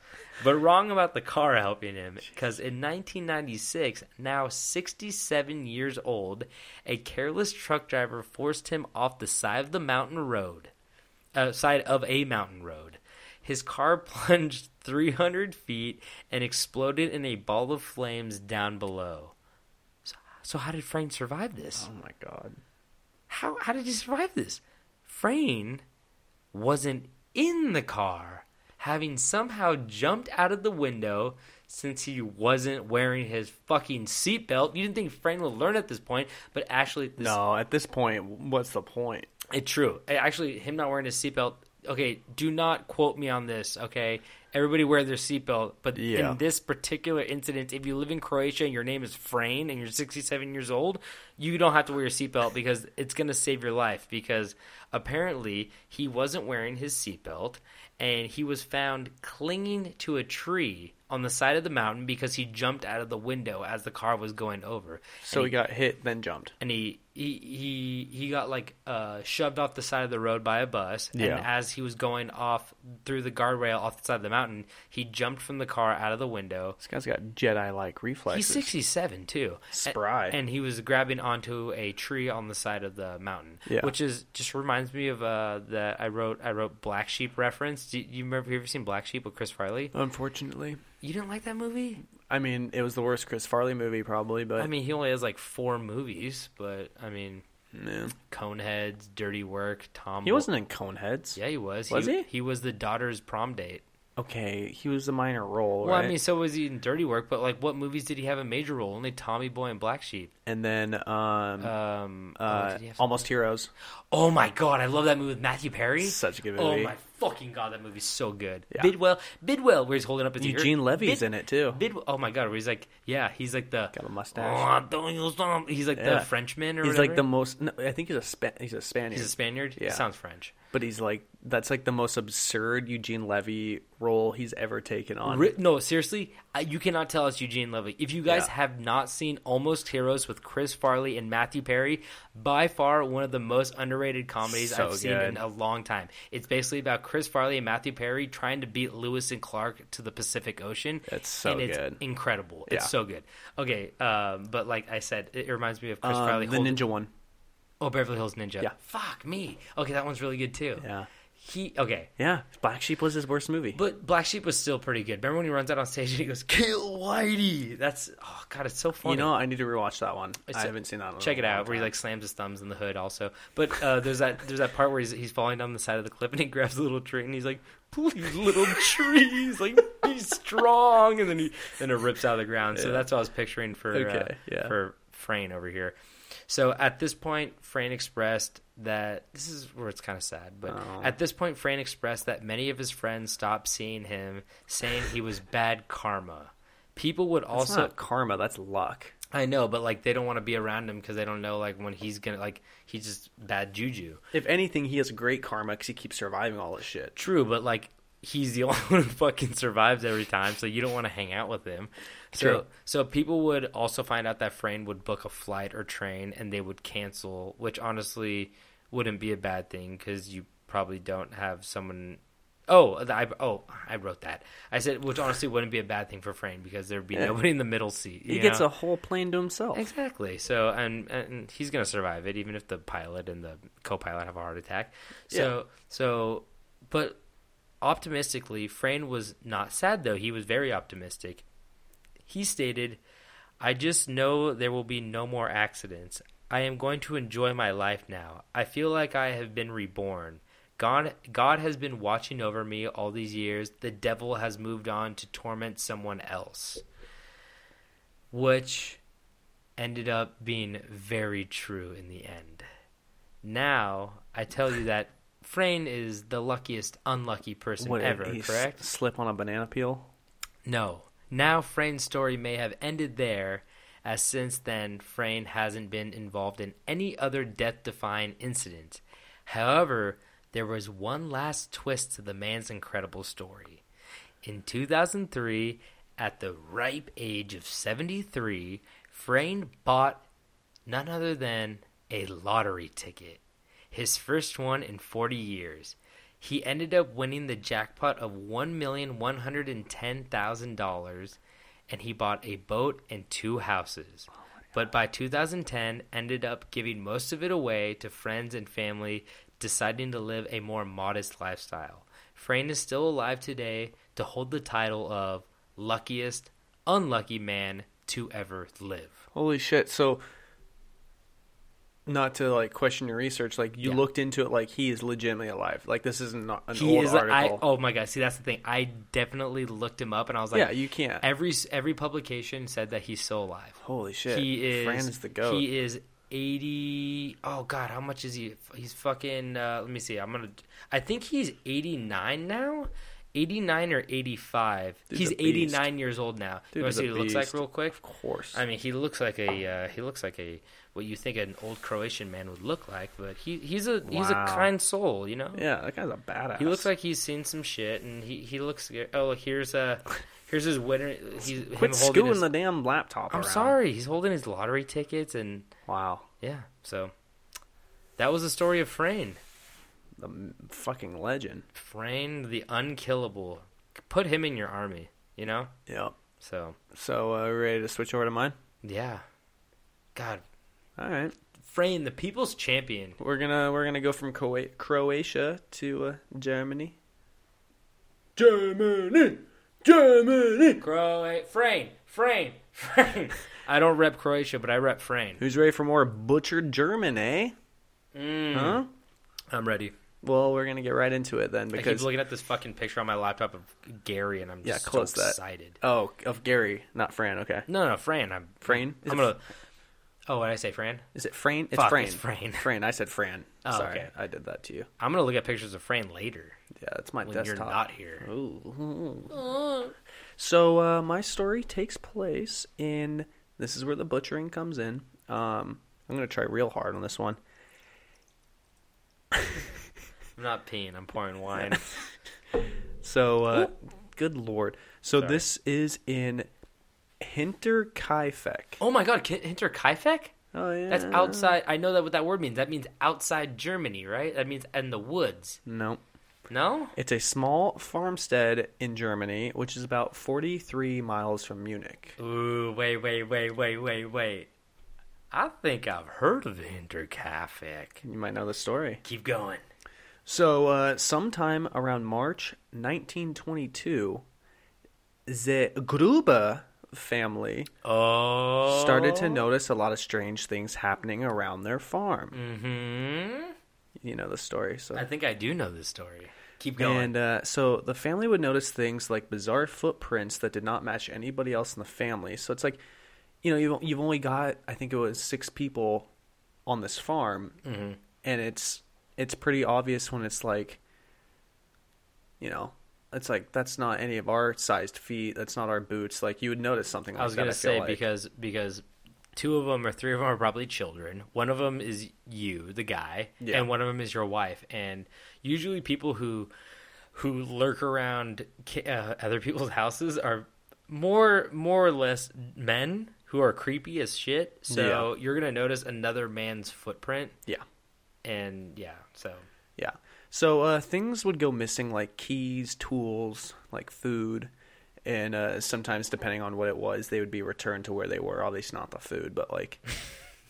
F: but wrong about the car helping him. Because in 1996, now 67 years old, a careless truck driver forced him off the side of the mountain road, uh, side of a mountain road. His car plunged 300 feet and exploded in a ball of flames down below. So, so how did Frayne survive this?
G: Oh my god.
F: how how did you survive this? Frayne wasn't in the car, having somehow jumped out of the window since he wasn't wearing his fucking seatbelt. You didn't think Frayne would learn at this point, but actually, this,
G: No, at this point, what's the point?
F: it's Eh, true. Actually, him not wearing his seatbelt. Okay, do not quote me on this. Okay, everybody wear their seatbelt, but
G: Yeah.
F: in this particular incident, if you live in Croatia and your name is Frayne and you're 67 years old, you don't have to wear your seatbelt because it's going to save your life. Because apparently, he wasn't wearing his seatbelt and he was found clinging to a tree on the side of the mountain because he jumped out of the window as the car was going over.
G: So he got hit, then jumped.
F: and he he he, he got like uh, shoved off the side of the road by a bus.
G: Yeah.
F: And as he was going off through the guardrail off the side of the mountain, he jumped from the car out of the window.
G: This guy's got Jedi-like reflexes.
F: He's sixty seven too, A-
G: Spry.
F: and he was grabbing onto a tree on the side of the mountain.
G: Yeah.
F: which is just reminds me of uh, that I wrote I wrote Black Sheep reference. Do you, you remember? Have you ever seen Black Sheep with Chris Farley?
G: Unfortunately,
F: You didn't like that movie?
G: I mean, it was the worst Chris Farley movie probably, but
F: I mean, he only has like four movies, but I mean,
G: yeah.
F: Coneheads, Dirty Work, Tom.
G: he wasn't in Coneheads.
F: Yeah, he was.
G: Was he?
F: He was the daughter's prom date.
G: Okay, he was the minor role,
F: Well,
G: right?
F: I mean, so was he in Dirty Work, but like, what movies did he have a major role? Only Tommy Boy and Black Sheep.
G: and then um,
F: Um, oh,
G: uh,
F: did he have some-
G: Almost Heroes.
F: Oh my god, I love that movie with Matthew Perry.
G: Such a good
F: Oh
G: movie.
F: my fucking god, that movie's so good.
G: Yeah.
F: Bidwell, Bidwell, where he's holding up his ear.
G: Eugene Levy's in it, too.
F: Bidwell, oh my god, where he's like, yeah, he's like the
G: Got a mustache.
F: Oh, I'm telling you something. He's like the
G: Yeah.
F: Frenchman or
G: He's
F: whatever.
G: like the most. No, I think he's a Spa- he's a Spaniard.
F: he's a Spaniard.
G: Yeah.
F: He sounds French.
G: but he's like that's like the most absurd Eugene Levy role he's ever taken on.
F: Ri- No, seriously, I- you cannot tell us Eugene Levy. If you guys
G: Yeah.
F: have not seen Almost Heroes with Chris Farley and Matthew Perry, by far one of the most underrated comedies
G: So
F: I've seen in
G: good.
F: a long time. It's basically about Chris Farley and Matthew Perry trying to beat Lewis and Clark to the Pacific Ocean.
G: It's so
F: and it's
G: good.
F: incredible.
G: Yeah.
F: It's so good. Okay, um, but like I said, it it reminds me of Chris
G: Um,
F: Farley.
G: the
F: holding-
G: ninja one.
F: Oh, Beverly Hills Ninja.
G: Yeah.
F: Fuck me. Okay, that one's really good too.
G: Yeah.
F: He okay,
G: Yeah, Black Sheep was his worst movie.
F: but Black Sheep was still pretty good. Remember when he runs out on stage and he goes, "Kill Whitey"? That's oh god, it's so funny.
G: you know, I need to rewatch that one.
F: It's-
G: I haven't seen that. one.
F: Check it out, where he like slams his thumbs in the hood. Also, but uh, there's that there's that part where he's he's falling down the side of the cliff and he grabs a little tree and he's like, "Please, little trees, like be strong." And then he then it rips out of the ground. So that's what I was picturing for uh,
G: Okay, yeah.
F: for Frayne over here. So at this point, Frayne expressed that this is where it's kind of sad, but
G: Oh.
F: at this point, Frayne expressed that many of his friends stopped seeing him, saying he was bad karma. People would
G: That's
F: also
G: not karma. That's luck.
F: I know, but like they don't want to be around him because they don't know like when he's gonna like he's just bad juju.
G: If anything, he has great karma because he keeps surviving all this shit.
F: True, but like he's the only one who fucking survives every time, so you don't want to hang out with him. So
G: True.
F: so people would also find out that Frayne would book a flight or train and they would cancel, which honestly wouldn't be a bad thing because you probably don't have someone. Oh, the- I oh I wrote that. I said which honestly wouldn't be a bad thing for Frayne because there'd be nobody in the middle seat.
G: He
F: you
G: gets
F: know?
G: a whole plane to himself.
F: Exactly. So and and he's gonna survive it, even if the pilot and the co-pilot have a heart attack. So so, but optimistically, Frayne was not sad though. He was very optimistic. He stated, "I just know there will be no more accidents. I am going to enjoy my life now. I feel like I have been reborn." God, God has been watching over me all these years. The devil has moved on to torment someone else which ended up being very true in the end. Now I tell you that Frayne is the luckiest unlucky person
G: What,
F: ever,
G: he s-
F: correct?
G: Slip on a banana peel.
F: No. Now Frayne's story may have ended there, as since then Frayne hasn't been involved in any other death defying incident. However, there was one last twist to the man's incredible story. In 2003, at the ripe age of 73, Frayne bought none other than a lottery ticket, his first one in 40 years. He ended up winning the jackpot of $1,110,000 and he bought a boat and two houses. But by 2010, ended up giving most of it away to friends and family, deciding to live a more modest lifestyle. Frayne is still alive today to hold the title of luckiest unlucky man to ever live.
G: Holy shit! So, not to like question your research, like you
F: Yeah.
G: looked into it, like he is legitimately alive. Like this isn't not an
F: he
G: old
F: is like,
G: article.
F: I, oh my god see that's the thing i definitely looked him up and i was like
G: Yeah, you can't.
F: every every publication said that he's still alive
G: Holy shit!
F: he is
G: Fran is the goat.
F: he is 80 oh god how much is he he's fucking uh let me see i'm gonna i think he's 89 now 89 or 85
G: Dude's
F: he's
G: a beast.
F: 89 years old now
G: Dude
F: you want
G: is
F: to see
G: a
F: what he looks like
G: beast.
F: real quick
G: Of course.
F: i mean he looks like a uh, he looks like a what you think an old croatian man would look like but he he's a he's a
G: Wow.
F: kind soul you know
G: yeah, that guy's a badass.
F: he looks like he's seen some shit, and he he looks. Oh, look, here's a here's his winner. He's him
G: quit
F: holding
G: scooting
F: his,
G: the damn laptop.
F: I'm
G: around.
F: sorry, he's holding his lottery tickets, and
G: Wow,
F: yeah. So that was the story of Frayne.
G: the m- fucking legend.
F: Frayne, the unkillable. Put him in your army, you know.
G: Yep.
F: So
G: So, uh, ready to switch over to mine?
F: yeah, God,
G: All right,
F: Frayne, the people's champion.
G: we're gonna we're gonna go from Croa- Croatia to uh, Germany. Germany, Germany.
F: Croa, Frayne, Frayne, Frayne. I don't rep Croatia, but I rep Frayne.
G: Who's ready for more butchered German, eh?
F: Hmm.
G: Huh?
F: I'm ready.
G: Well, we're gonna get right into it then
F: I keep
G: because
F: looking at this fucking picture on my laptop of Gary, and I'm
G: yeah,
F: just
G: close
F: so
G: that.
F: excited.
G: Oh, of Gary, not Fran. Okay,
F: No, no, Fran. I'm
G: Fran. Is
F: I'm
G: it-
F: gonna. Oh, what did I say, Fran?
G: is it Fran? It's
F: Fuck,
G: Fran.
F: it's Fran.
G: Fran. I said Fran.
F: Oh,
G: sorry,
F: okay.
G: I did that to you.
F: I'm gonna look at pictures of Fran later
G: Yeah, that's my
F: when
G: desktop.
F: you're not here.
G: So uh, my story takes place in. This is where the butchering comes in. Um, I'm gonna try real hard on this one.
F: I'm not peeing. I'm pouring wine.
G: So, uh, good lord. So this is in Hinterkaifeck.
F: oh my god, K- Hinterkaifeck?
G: Oh yeah,
F: That's outside. I know that what that word means. That means outside Germany, right? That means in the woods.
G: No,
F: No.
G: it's a small farmstead in Germany, which is about 43 miles from Munich.
F: Ooh, wait, wait, wait, wait, wait, wait. I think I've heard of Hinterkaifeck.
G: You might know the story.
F: Keep going.
G: So, uh, sometime around March 1922, the Gruber family
F: Oh.
G: started to notice a lot of strange things happening around their farm.
F: Hmm.
G: You know the story, so.
F: I think I do know this story. Keep going.
G: and uh, so the family would notice things like bizarre footprints that did not match anybody else in the family. So it's like, you know, you've, you've only got, I think it was six people on this farm,
F: Mm-hmm.
G: and it's it's pretty obvious when it's like, you know, it's like that's not any of our sized feet, that's not our boots. Like you would notice something. like
F: I was
G: that,
F: gonna
G: feel
F: say
G: like.
F: because because two of them or three of them are probably children. One of them is you, the guy,
G: Yeah.
F: and one of them is your wife. And usually, people who who lurk around ki- uh, other people's houses are more more or less men who are creepy as shit. So you're gonna notice another man's footprint,
G: yeah,
F: and yeah, so
G: Yeah. So uh, things would go missing, like keys, tools, like food, and uh, sometimes depending on what it was, they would be returned to where they were. Obviously, not the food, but like,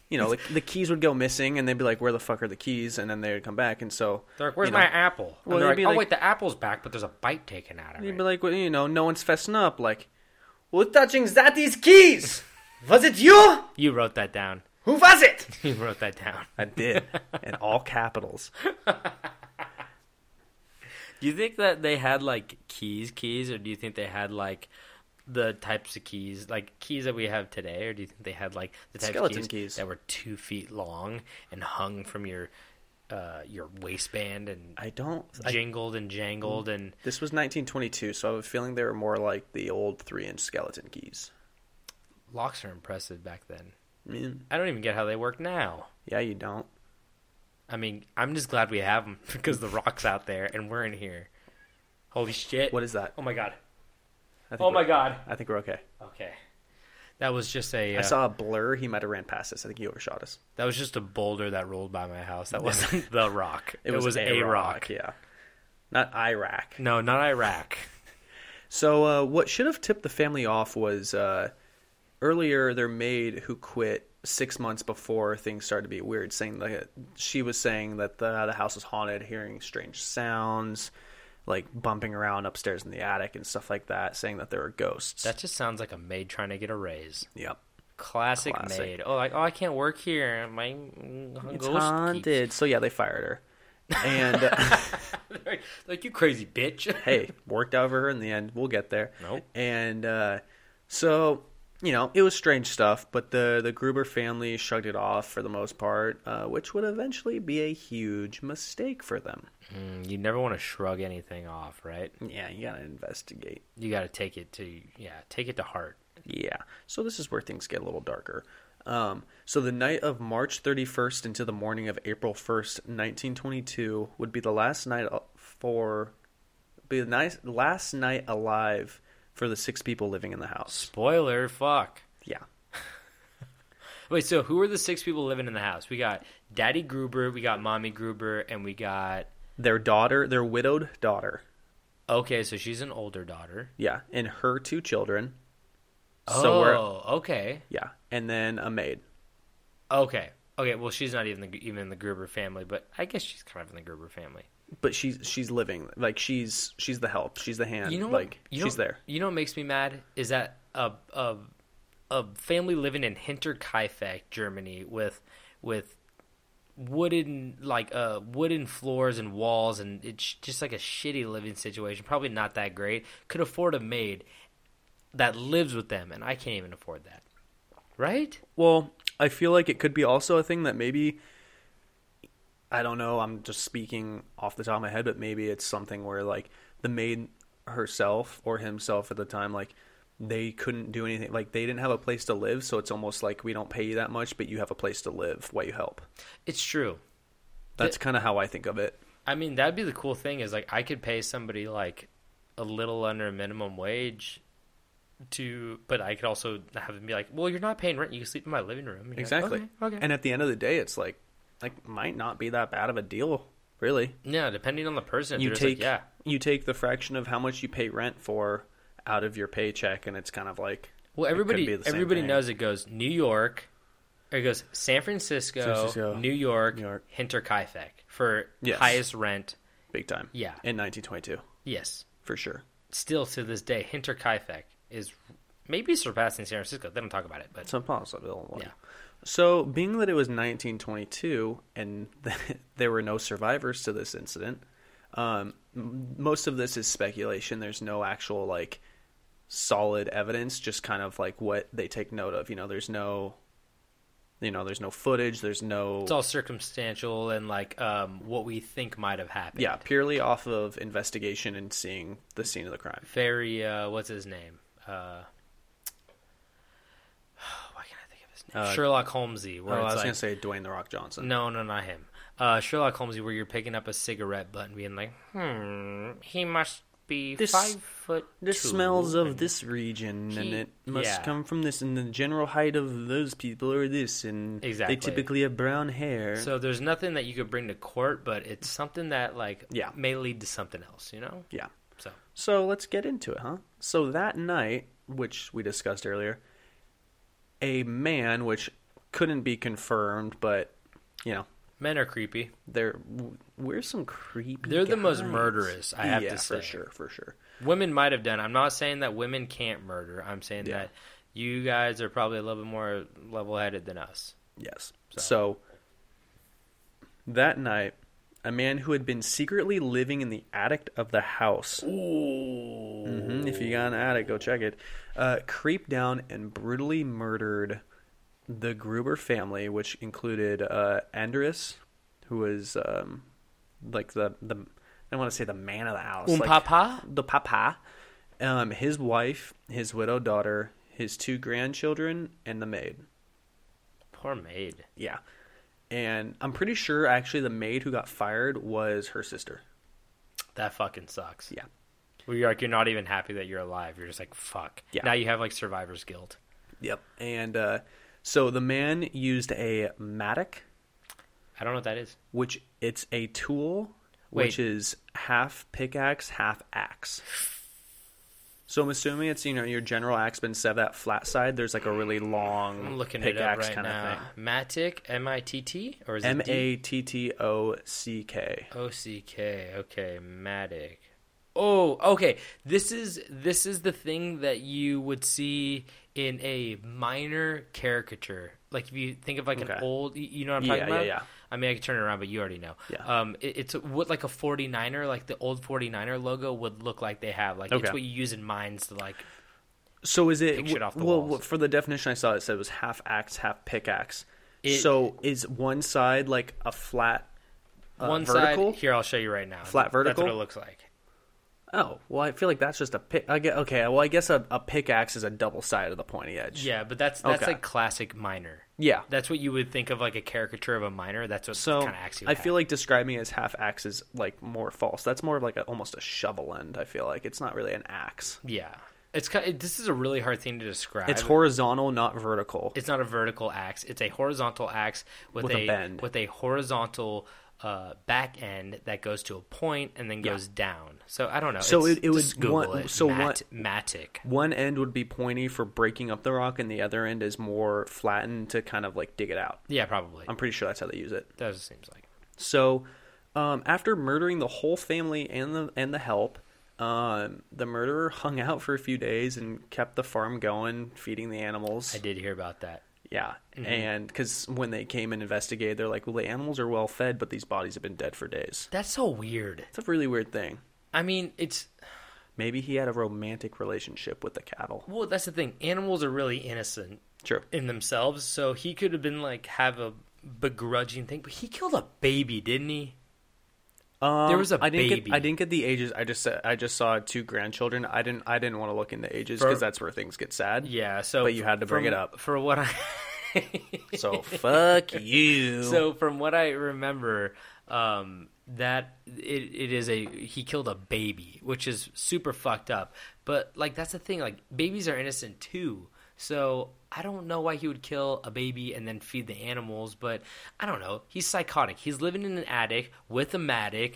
G: you know, like the keys would go missing, and they'd be like, "Where the fuck are the keys?" And then they would come back, and so
F: they're like, "Where's
G: you know,
F: my apple?" And
G: well,
F: they're like,
G: it'd be
F: "Oh
G: like-
F: wait, the apple's back, but there's a bite taken out of
G: You'd
F: it."
G: be like, well, you know, no one's fessing up. Like, who's touching that these keys? Was it you?
F: you wrote that down.
G: Who was it?
F: You wrote that down.
G: I did, in all capitals.
F: Do you think that they had like keys, keys, or do you think they had like the types of keys, like keys that we have today, or do you think they had like the types
G: Skeleton
F: of
G: keys.
F: that were two feet long and hung from your uh, your waistband and
G: I don't. I Mm.
F: jingled and jangled and
G: This was 1922, so I have a feeling they were more like the old three-inch skeleton keys.
F: locks are impressive back then.
G: Mm.
F: I don't even get how they work now.
G: Yeah, you don't.
F: I mean, I'm just glad we have them because the rock's out there and we're in here. Holy shit!
G: What is that?
F: Oh my god!
G: I think
F: Oh my
G: we're-
F: god!
G: I think we're okay.
F: Okay, that was just a. Uh,
G: I saw a blur. He might have ran past us. I think he overshot us.
F: That was just a boulder that rolled by my house. That wasn't the rock. It, was, a rock.
G: Yeah, not Iraq.
F: No, not Iraq.
G: So uh, what should have tipped the family off was uh, earlier their maid who quit six months before things started to be weird, saying that she was saying that the the house was haunted, hearing strange sounds, like bumping around upstairs in the attic and stuff like that, saying that there were ghosts.
F: That just sounds like a maid trying to get a raise.
G: yep.
F: Classic,
G: Classic.
F: maid. Oh, like oh, I can't work here. My mm,
G: It's
F: ghost
G: haunted. So yeah, they fired her. And
F: keeps- like you crazy bitch.
G: hey, worked out for her in the end. We'll get there.
F: Nope.
G: And uh, so, you know, it was strange stuff, but the, the Gruber family shrugged it off for the most part, uh, which would eventually be a huge mistake for them.
F: Mm, you never want to shrug anything off, right?
G: Yeah, you gotta investigate.
F: You got to take it to yeah, take it to heart.
G: Yeah. So this is where things get a little darker. Um, so the night of March 31st into the morning of April 1st, 1922, would be the last night al- for be the nice, last night alive for the six people living in the house.
F: Spoiler, fuck.
G: Yeah.
F: Wait, so who are the six people living in the house? We got Daddy Gruber, we got Mommy Gruber, and we got
G: Their daughter, their widowed daughter.
F: okay, so she's an older daughter.
G: Yeah, and her two children.
F: oh,
G: So we're
F: okay.
G: yeah, and then a maid.
F: Okay. Okay. Well, she's not even the, even in the Gruber family, but I guess she's kind of in the Gruber family.
G: But she's she's living like she's she's the help. She's the hand.
F: You know, what-
G: like
F: you know,
G: she's there.
F: You know what makes me mad is that a a a family living in Hinterkaifeck, Germany, with with wooden like uh wooden floors and walls and it's just like a shitty living situation probably not that great could afford a maid that lives with them and i can't even afford that right
G: Well, I feel like it could be also a thing that maybe I don't know, I'm just speaking off the top of my head, but maybe it's something where like the maid herself or himself at the time like they couldn't do anything like they didn't have a place to live, so it's almost like we don't pay you that much, but you have a place to live while you help.
F: it's true
G: That's kind of how I think of it.
F: I mean, that'd be the cool thing is like I could pay somebody like a little under minimum wage to, but I could also have them be like, well, you're not paying rent. You can sleep in my living room. You're like,
G: Exactly.
F: okay. okay.
G: And at the end of the day, it's like, like might not be that bad of a deal, really.
F: yeah, depending on the person. if
G: You
F: they're just
G: take
F: like, yeah.
G: you take the fraction of how much you pay rent for out of your paycheck, and it's kind of like
F: Well,
G: it could
F: everybody
G: be the same
F: everybody
G: thing.
F: knows it goes New York, or it goes San Francisco,
G: San Francisco,
F: New York,
G: New York.
F: Hinterkaifeck for
G: Yes.
F: highest rent
G: big time.
F: Yeah.
G: In 1922,
F: Yes.
G: for sure.
F: Still to this day, Hinter Kaifek is maybe surpassing San Francisco. They don't talk about it, but
G: It's impossible.
F: Yeah.
G: So, being that it was 1922 and there were no survivors to this incident, um, m- most of this is speculation. There's no actual like solid evidence, just kind of like what they take note of. You know, there's no, you know, there's no footage. There's no
F: it's all circumstantial and like um, what we think might have happened.
G: yeah, purely off of investigation and seeing the scene of the crime.
F: Very. Uh, what's his name? Uh, why can't I think of his name? Sherlock Holmesy.
G: Oh,
F: Where
G: I
F: it's
G: was
F: like,
G: gonna say Dwayne the Rock Johnson.
F: No, no, not him. Uh, Sherlock Holmesy, where you're picking up a cigarette butt and being like, "Hmm, he must be
G: This-
F: five foot."
G: This
F: two
G: smells of
F: and-
G: this region, and
F: He-
G: it must
F: yeah.
G: come from this, and the general height of those people are this, and
F: Exactly.
G: they typically have brown hair.
F: So there's nothing that you could bring to court, but it's something that like
G: Yeah.
F: may lead to something else, you know.
G: yeah.
F: So
G: So let's get into it, huh? So that night, which we discussed earlier, a man, which couldn't be confirmed, but you know,
F: men are creepy.
G: they're we're some creepy.
F: They're the most
G: guys.
F: murderous, I have to
G: Yeah,
F: say.
G: for sure, for sure.
F: Women might have done. I'm not saying that women can't murder. I'm saying
G: Yeah.
F: that you guys are probably a little bit more level headed than us.
G: Yes. So. that night, a man who had been secretly living in the attic of the house. Mhm, if you got an attic, go check it. Uh, creeped down and brutally murdered the Gruber family, which included uh, Andreas, who was um, like the the I want to say the man of the house,
F: Um
G: like-
F: papa?
G: the papa, um, his wife, his widow daughter, his two grandchildren, and the maid.
F: Poor maid.
G: Yeah. And I'm pretty sure actually the maid who got fired was her sister.
F: That fucking sucks.
G: Yeah.
F: Where you're like you're not even happy that you're alive. You're just like fuck.
G: Yeah.
F: Now you have like survivor's guilt.
G: Yep. And uh, so the man used a mattock,
F: I don't know what that is.
G: which it's a tool which
F: Wait.
G: is half pickaxe, half axe. So I'm assuming it's you know your general axe, but instead of that flat side, there's like a really long
F: I'm looking it up
G: Mm. pickaxe
F: right
G: kind
F: now.
G: of thing.
F: Matic, M I T T, or is it
G: M A T T O C K.
F: O C K. Okay, Matic. Oh, okay. This is this is the thing that you would see in a minor caricature. Like if you think of like an
G: Okay.
F: old, you- you know what I'm
G: Yeah,
F: talking
G: yeah,
F: about?
G: yeah.
F: I mean, I could turn it around, but you already know.
G: Yeah.
F: Um, it, it's what like a 49er, like the old 49er logo would look like they have. Like it's
G: Okay.
F: what you use in mines to like.
G: So is it
F: Pick shit off the
G: well
F: walls.
G: well, for the definition I saw it said it was half axe, half pickaxe.
F: It-
G: so is one side like a flat uh,
F: one
G: vertical?
F: side here, I'll show you right now.
G: Flat
F: That's
G: vertical?
F: what it looks like.
G: Oh, well I feel like that's just a pick I get, okay, well I guess a, a pickaxe is a double side of the pointy edge.
F: Yeah, but that's that's
G: Okay.
F: like classic miner.
G: Yeah.
F: That's what you would think of like a caricature of a miner. That's what
G: So
F: kind of axe you
G: I
F: have.
G: feel like describing it as half axe is like more false. That's more of like a, almost a shovel end, I feel like. It's not really an axe.
F: yeah, it's kind. Of, this is a really hard thing to describe.
G: It's horizontal, not vertical.
F: It's not a vertical axe. It's a horizontal axe with,
G: With a bend.
F: with a horizontal uh, back end that goes to a point and then goes down. So I don't know.
G: So
F: It's-
G: it- it would-
F: just Google
G: one-
F: it.
G: so one-
F: Mat- matic.
G: one end would be pointy for breaking up the rock and the other end is more flattened to kind of like dig it out.
F: Yeah, probably.
G: I'm pretty sure that's how they use it.
F: that just seems like.
G: So, um, after murdering the whole family and the and the help, um, the murderer hung out for a few days and kept the farm going, feeding the animals.
F: I Mm-hmm. did hear about that.
G: Yeah, and because when they came and investigated, they're like, "Well, the animals are well fed, but these bodies have been dead for days."
F: That's so weird.
G: It's a really weird thing.
F: I mean, it's
G: Maybe he had a romantic relationship with the cattle.
F: well. That's the thing. Animals are really innocent.
G: True.
F: in themselves, so he could have been like have a begrudging thing. But he killed a baby, didn't he?
G: Um,
F: There was a
G: I didn't
F: baby.
G: Get, I didn't get the ages. I just said- I just saw two grandchildren. I didn't I didn't want to look into ages
F: For-
G: because that's where things get sad.
F: Yeah. So,
G: But you had to bring
F: from-
G: it up.
F: for what I.
G: So fuck you.
F: so from what I remember, um, that it, it is a he killed a baby, which is super fucked up. But like that's the thing, like babies are innocent too. So I don't know why he would kill a baby and then feed the animals, but I don't know. He's psychotic. He's living in an attic with a matic,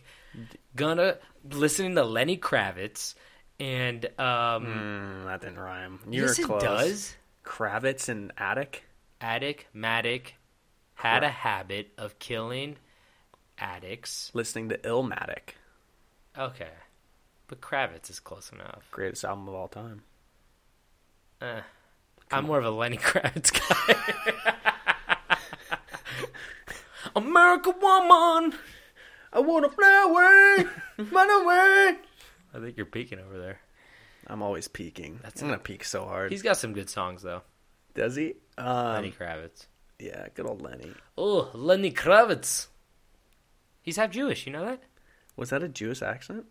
F: gonna listening to Lenny Kravitz, and um,
G: Mm, that didn't rhyme. You're
F: Yes, it
G: close.
F: does.
G: Kravitz and Attic.
F: attic matic had a habit of killing addicts.
G: Listening to Illmatic.
F: Okay. But Kravitz is close enough.
G: Greatest album of all time.
F: Eh. I'm more of a Lenny Kravitz guy. America Woman!
G: I wanna fly away, run away.
F: I think you're peeking over there.
G: I'm always peeking. I'm gonna peek so hard.
F: He's got some good songs, though.
G: Does he? Um,
F: Lenny Kravitz.
G: yeah, good old Lenny.
F: Oh, Lenny Kravitz. He's half Jewish, you know that?
G: Was that a Jewish accent?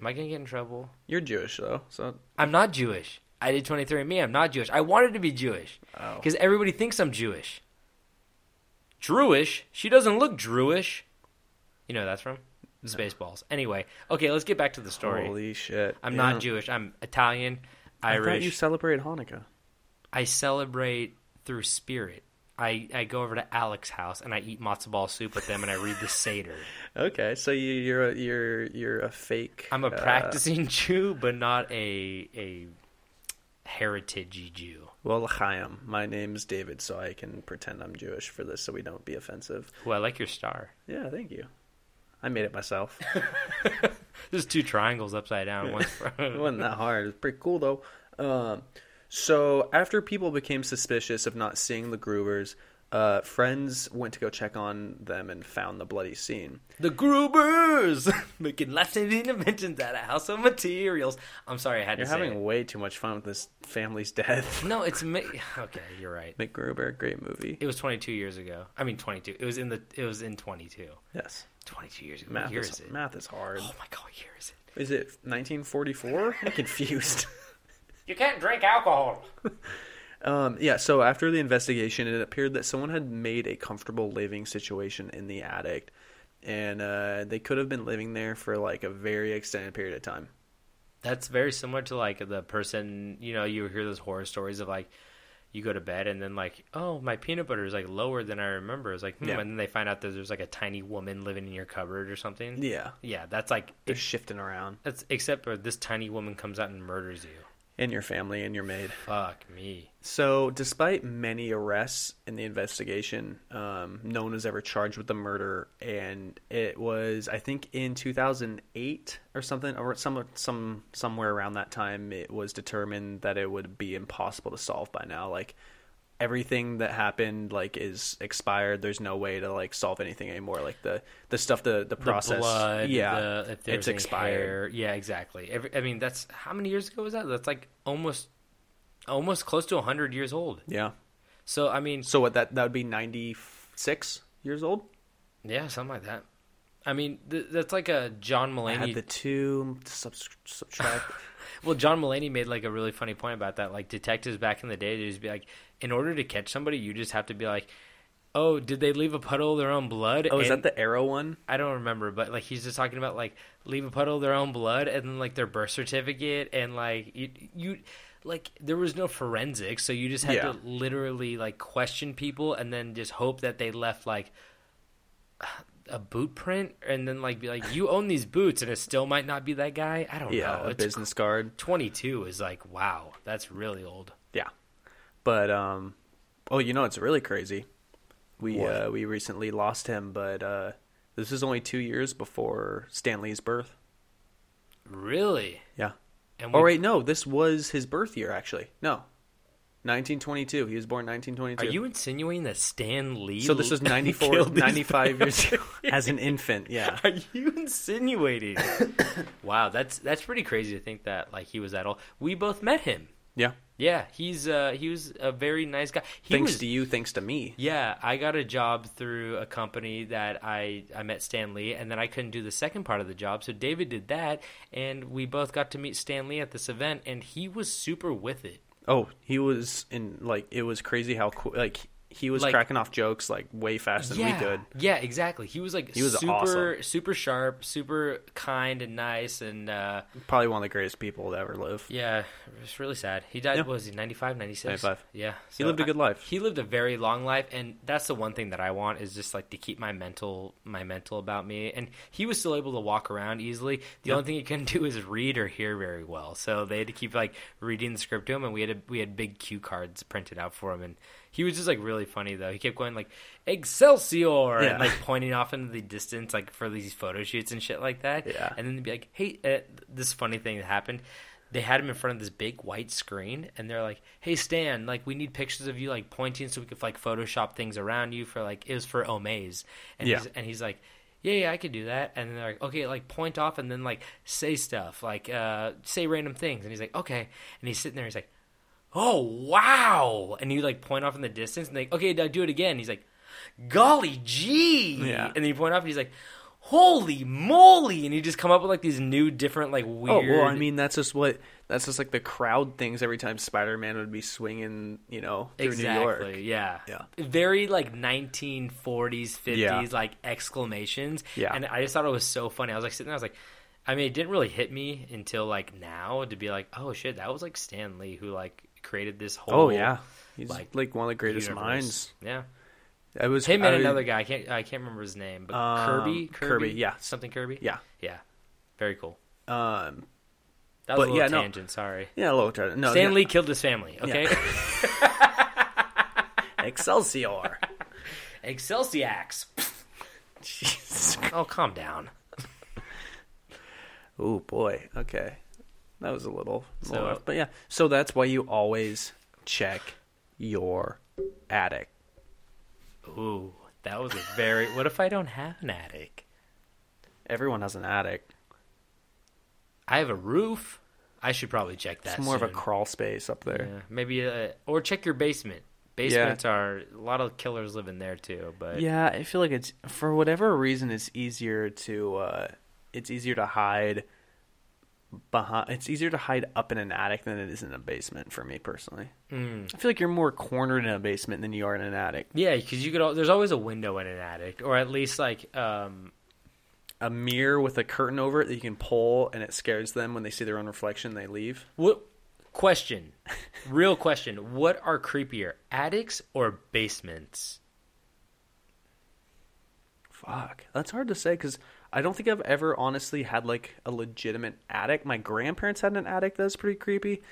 F: Am I going to get in trouble?
G: You're Jewish though, so
F: I'm not Jewish. I did 23andMe. I'm not Jewish. I wanted to be Jewish
G: Oh.
F: because everybody thinks I'm Jewish. Druish? She doesn't look Druish. You know where that's from Spaceballs. Anyway, okay, let's get back to the story.
G: holy shit.
F: I'm
G: Yeah.
F: not Jewish. I'm Italian,
G: I
F: Irish. I,
G: thought you celebrated Hanukkah.
F: celebrate through spirit. I, I go over to Alex's house and I eat matzo ball soup with them and I read the Seder.
G: Okay, so you, you're a, you're you're a fake.
F: I'm a
G: uh,
F: practicing Jew, but not a a heritage Jew.
G: well, Chaim. My name's David, so I can pretend I'm Jewish for this, so we don't be offensive.
F: Well, I like your star.
G: Yeah, thank you. I made it myself.
F: There's two triangles upside down. One
G: it
F: front.
G: wasn't that hard. It was pretty cool though. Um, so after people became suspicious of not seeing the Groovers, uh, friends went to go check on them and found the bloody scene.
F: the Grubers making left-handed inventions out of household materials. I'm sorry, I had
G: You're
F: to
G: having
F: say.
G: way too much fun with this family's death.
F: It. No, it's ma- okay. You're right.
G: Mick Gruber, great movie.
F: It was 22 years ago. I mean, 22. It was in the. It was in 22.
G: Yes,
F: 22 years ago.
G: math
F: what year
G: is,
F: is it?
G: math is hard.
F: Oh my god, what year is it?
G: Is it 1944? I'm confused.
F: You can't drink alcohol.
G: Um, yeah, so after the investigation, it appeared that someone had made a comfortable living situation in the attic, and uh, they could have been living there for like a very extended period of time.
F: That's very similar to like the person, you know, you hear those horror stories of like you go to bed and then like, oh, my peanut butter is like lower than I remember. It's like, hmm,
G: Yeah.
F: and then they find out that there's like a tiny woman living in your cupboard or something.
G: Yeah,
F: Yeah, that's like
G: they're shifting around,
F: that's except for this tiny woman comes out and murders you.
G: and your family and your maid.
F: Fuck me.
G: So, despite many arrests in the investigation, um, no one was ever charged with the murder, and it was, I think, in 2008 or something, or some some somewhere around that time, it was determined that it would be impossible to solve by now. Like everything that happened, like is expired. There's no way to like solve anything anymore. Like the the stuff, the the process,
F: The blood,
G: yeah,
F: the- if there's
G: it's
F: any
G: expired.
F: hair. Yeah, exactly. Every, I mean, that's how many years ago was that? That's like almost almost close to 100 years old.
G: Yeah.
F: So, I mean,
G: So what that that would be 96 years old.
F: Yeah, something like that. I mean, th- that's like a John
G: I
F: Mulaney.
G: had the two subs- subtract.
F: Well, John Mulaney made like a really funny point about that. Like detectives back in the day, they'd just be like, in order to catch somebody, you just have to be like, oh, did they leave a puddle of their own blood?
G: Oh, is
F: And-
G: that the arrow one?
F: I don't remember, but like he's just talking about like leave a puddle of their own blood and then like their birth certificate and like you, you like there was no forensics, so you just had
G: Yeah.
F: to literally like question people and then just hope that they left like a boot print and then like be like you own these boots and it still might not be that guy. I don't know.
G: Yeah, a
F: Oh, It's
G: business card.
F: 22 is like wow, that's really old.
G: Yeah, but um, oh, you know it's really crazy. We uh, we recently lost him, but uh, this is only two years before Stanley's birth.
F: Really?
G: Yeah.
F: And
G: Oh
F: we-
G: wait, no, this was his birth year actually. No, 1922. He was born
F: are
G: 1922.
F: you insinuating that Stan Lee
G: So this is 94,
F: killed these
G: 95 years ago as an infant. Yeah.
F: Are you insinuating? wow, that's that's pretty crazy to think that like he was that old. We both met him.
G: Yeah.
F: Yeah, he's uh he was a very nice guy. He
G: thanks
F: was,
G: to you, thanks to me.
F: Yeah, I got a job through a company that I I met Stan Lee, and then I couldn't do the second part of the job, so David did that, and we both got to meet Stan Lee at this event, and he was super with it.
G: Oh, he was in like it was crazy how qu- like he was
F: Like-
G: cracking off jokes like way faster than
F: yeah,
G: we could.
F: Yeah, exactly. He was like
G: He was
F: super
G: awesome.
F: super sharp, super kind and nice, and uh,
G: Probably one of the greatest people to ever live.
F: Yeah, it's really sad. He died,
G: Yeah.
F: what was he, 95, 96?
G: 95.
F: Yeah.
G: He lived a
F: I-
G: good life.
F: He lived a very long life, and that's the one thing that I want is just, like, to keep my mental my mental about me. And he was still able to walk around easily. The only thing he couldn't do is read or hear very well. So they had to keep, like, reading the script to him, and we had a, we had big cue cards printed out for him. And he was just, like, really really funny though. He kept going like Excelsior
G: Yeah.
F: and like pointing off into the distance, like for these photo shoots and shit like that.
G: Yeah.
F: And then they'd be like, "Hey, uh, this funny thing that happened." They had him in front of this big white screen, and they're like, "Hey, Stan, like we need pictures of you like pointing so we could like Photoshop things around you for like it was for Omaze." And
G: Yeah.
F: he's and he's like. Yeah, yeah, I could do that. And they're like, okay, like point off and then like say stuff, like uh, say random things. And he's like, okay. And he's sitting there. He's like, oh wow and you like point off in the distance and they okay now do it again he's like golly gee
G: Yeah.
F: and then you point off and he's like holy moly and you just come up with like these new different like
G: Oh
F: weird
G: well, I mean that's just what that's just like the crowd things every time Spider Man would be swinging, you know, through New York.
F: exactly yeah
G: Yeah.
F: very like 1940s 50s
G: Yeah.
F: like exclamations
G: Yeah.
F: and i just thought it was so funny i was like sitting there i was like i mean it didn't really hit me until like now to be like oh shit that was like stan lee who like created this whole
G: Oh yeah, he's like,
F: like,
G: one of the greatest
F: universe.
G: minds.
F: yeah
G: I was
F: Him
G: I
F: and
G: was-
F: another guy. I can't. I can't remember his name, but
G: Um,
F: Kirby. Kirby.
G: Kirby, yeah.
F: Something Kirby.
G: Yeah.
F: Yeah. Very cool.
G: Um,
F: That was
G: But
F: a little
G: yeah, no.
F: tangent. Sorry.
G: yeah, a little retarded. No,
F: Stan
G: yeah.
F: Lee killed his family. Okay.
G: Excelsior.
F: Excelsiax.
G: Jesus.
F: Oh, calm down.
G: Oh boy. Okay, that was a little, a little
F: So-
G: rough. but yeah. So that's why you always check your attic.
F: Ooh, that was a very. what if I don't have an attic?
G: Everyone has an attic.
F: I have a roof. I should probably check that.
G: It's more of a
F: soon.
G: crawl space up there.
F: Yeah, maybe uh, or check your basement. Basements are a lot of killers live in there too. But
G: Yeah, I feel like it's for whatever reason it's easier to uh it's easier to hide behind it's easier to hide up in an attic than it is in a basement for me personally. Mm. I feel like you're more cornered in a basement than you are in an attic.
F: yeah, because you could. Al- there's always a window in an attic, or at least like um,
G: A mirror with a curtain over it that you can pull and it scares them when they see their own reflection they leave.
F: What question? Real question. What are creepier, attics or basements?
G: Fuck. That's hard to say cuz I don't think I've ever honestly had like a legitimate attic. My grandparents had an attic that was pretty creepy,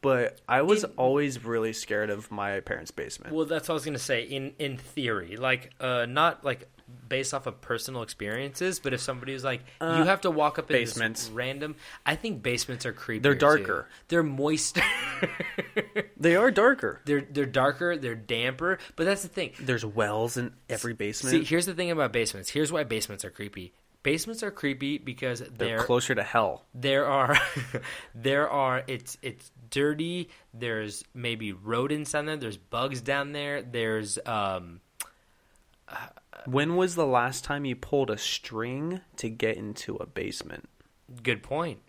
G: but I was always really scared of my parents' basement.
F: Well, that's what I was gonna say. In in theory, like uh, not like based off of personal experiences, but if somebody was like, you have to walk up in this
G: basements.
F: random. I think basements are creepy.
G: They're darker.
F: They're moister.
G: They are darker.
F: they're they're darker. They're damper. But that's the thing.
G: There's wells in every basement.
F: See, here's the thing about basements. Here's why basements are creepy. Basements are creepy because they're
G: they're closer to hell.
F: there are there are it's it's dirty there's maybe rodents down there there's bugs down there there's um
G: When was the last time you pulled a string to get into a basement?
F: good point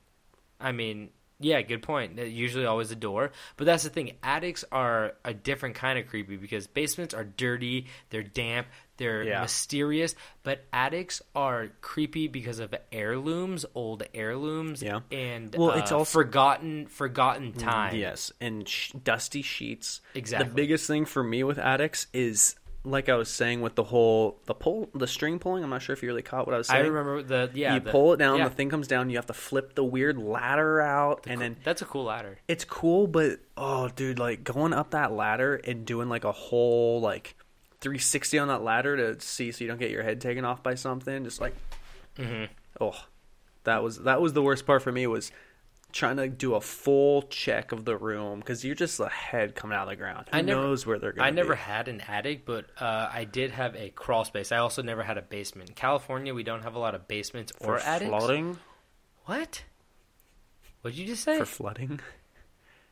F: i mean yeah good point They're usually always a door but that's the thing attics are a different kind of creepy because basements are dirty they're damp they're
G: Yeah.
F: mysterious but attics are creepy because of heirlooms old heirlooms
G: Yeah.
F: and
G: Well,
F: well
G: it's
F: it's all
G: also- Mm,
F: forgotten forgotten time
G: Yes, and sh- dusty sheets.
F: Exactly.
G: The biggest thing for me with addicts is like I was saying with the whole the pull the string pulling. I'm not sure if you really caught what I was
F: I
G: saying.
F: remember the yeah.
G: you
F: the-
G: pull it down,
F: yeah.
G: the thing comes down. You have to flip the weird ladder out, and then
F: That's a cool ladder.
G: it's cool, but oh, dude, like going up that ladder and doing like a whole like 360 on that ladder to see so you don't get your head taken off by something. Just like,
F: Mm-hmm.
G: oh, that was that was the worst part for me was trying to do a full check of the room because you're just a head coming out of the ground. Who
F: I never-
G: knows where they're going?
F: I never had an attic, but uh, I did have a crawl space. I also never had a basement. In California, we don't have a lot of basements or
G: for
F: attics.
G: flooding
F: What? What'd you just say?
G: for flooding.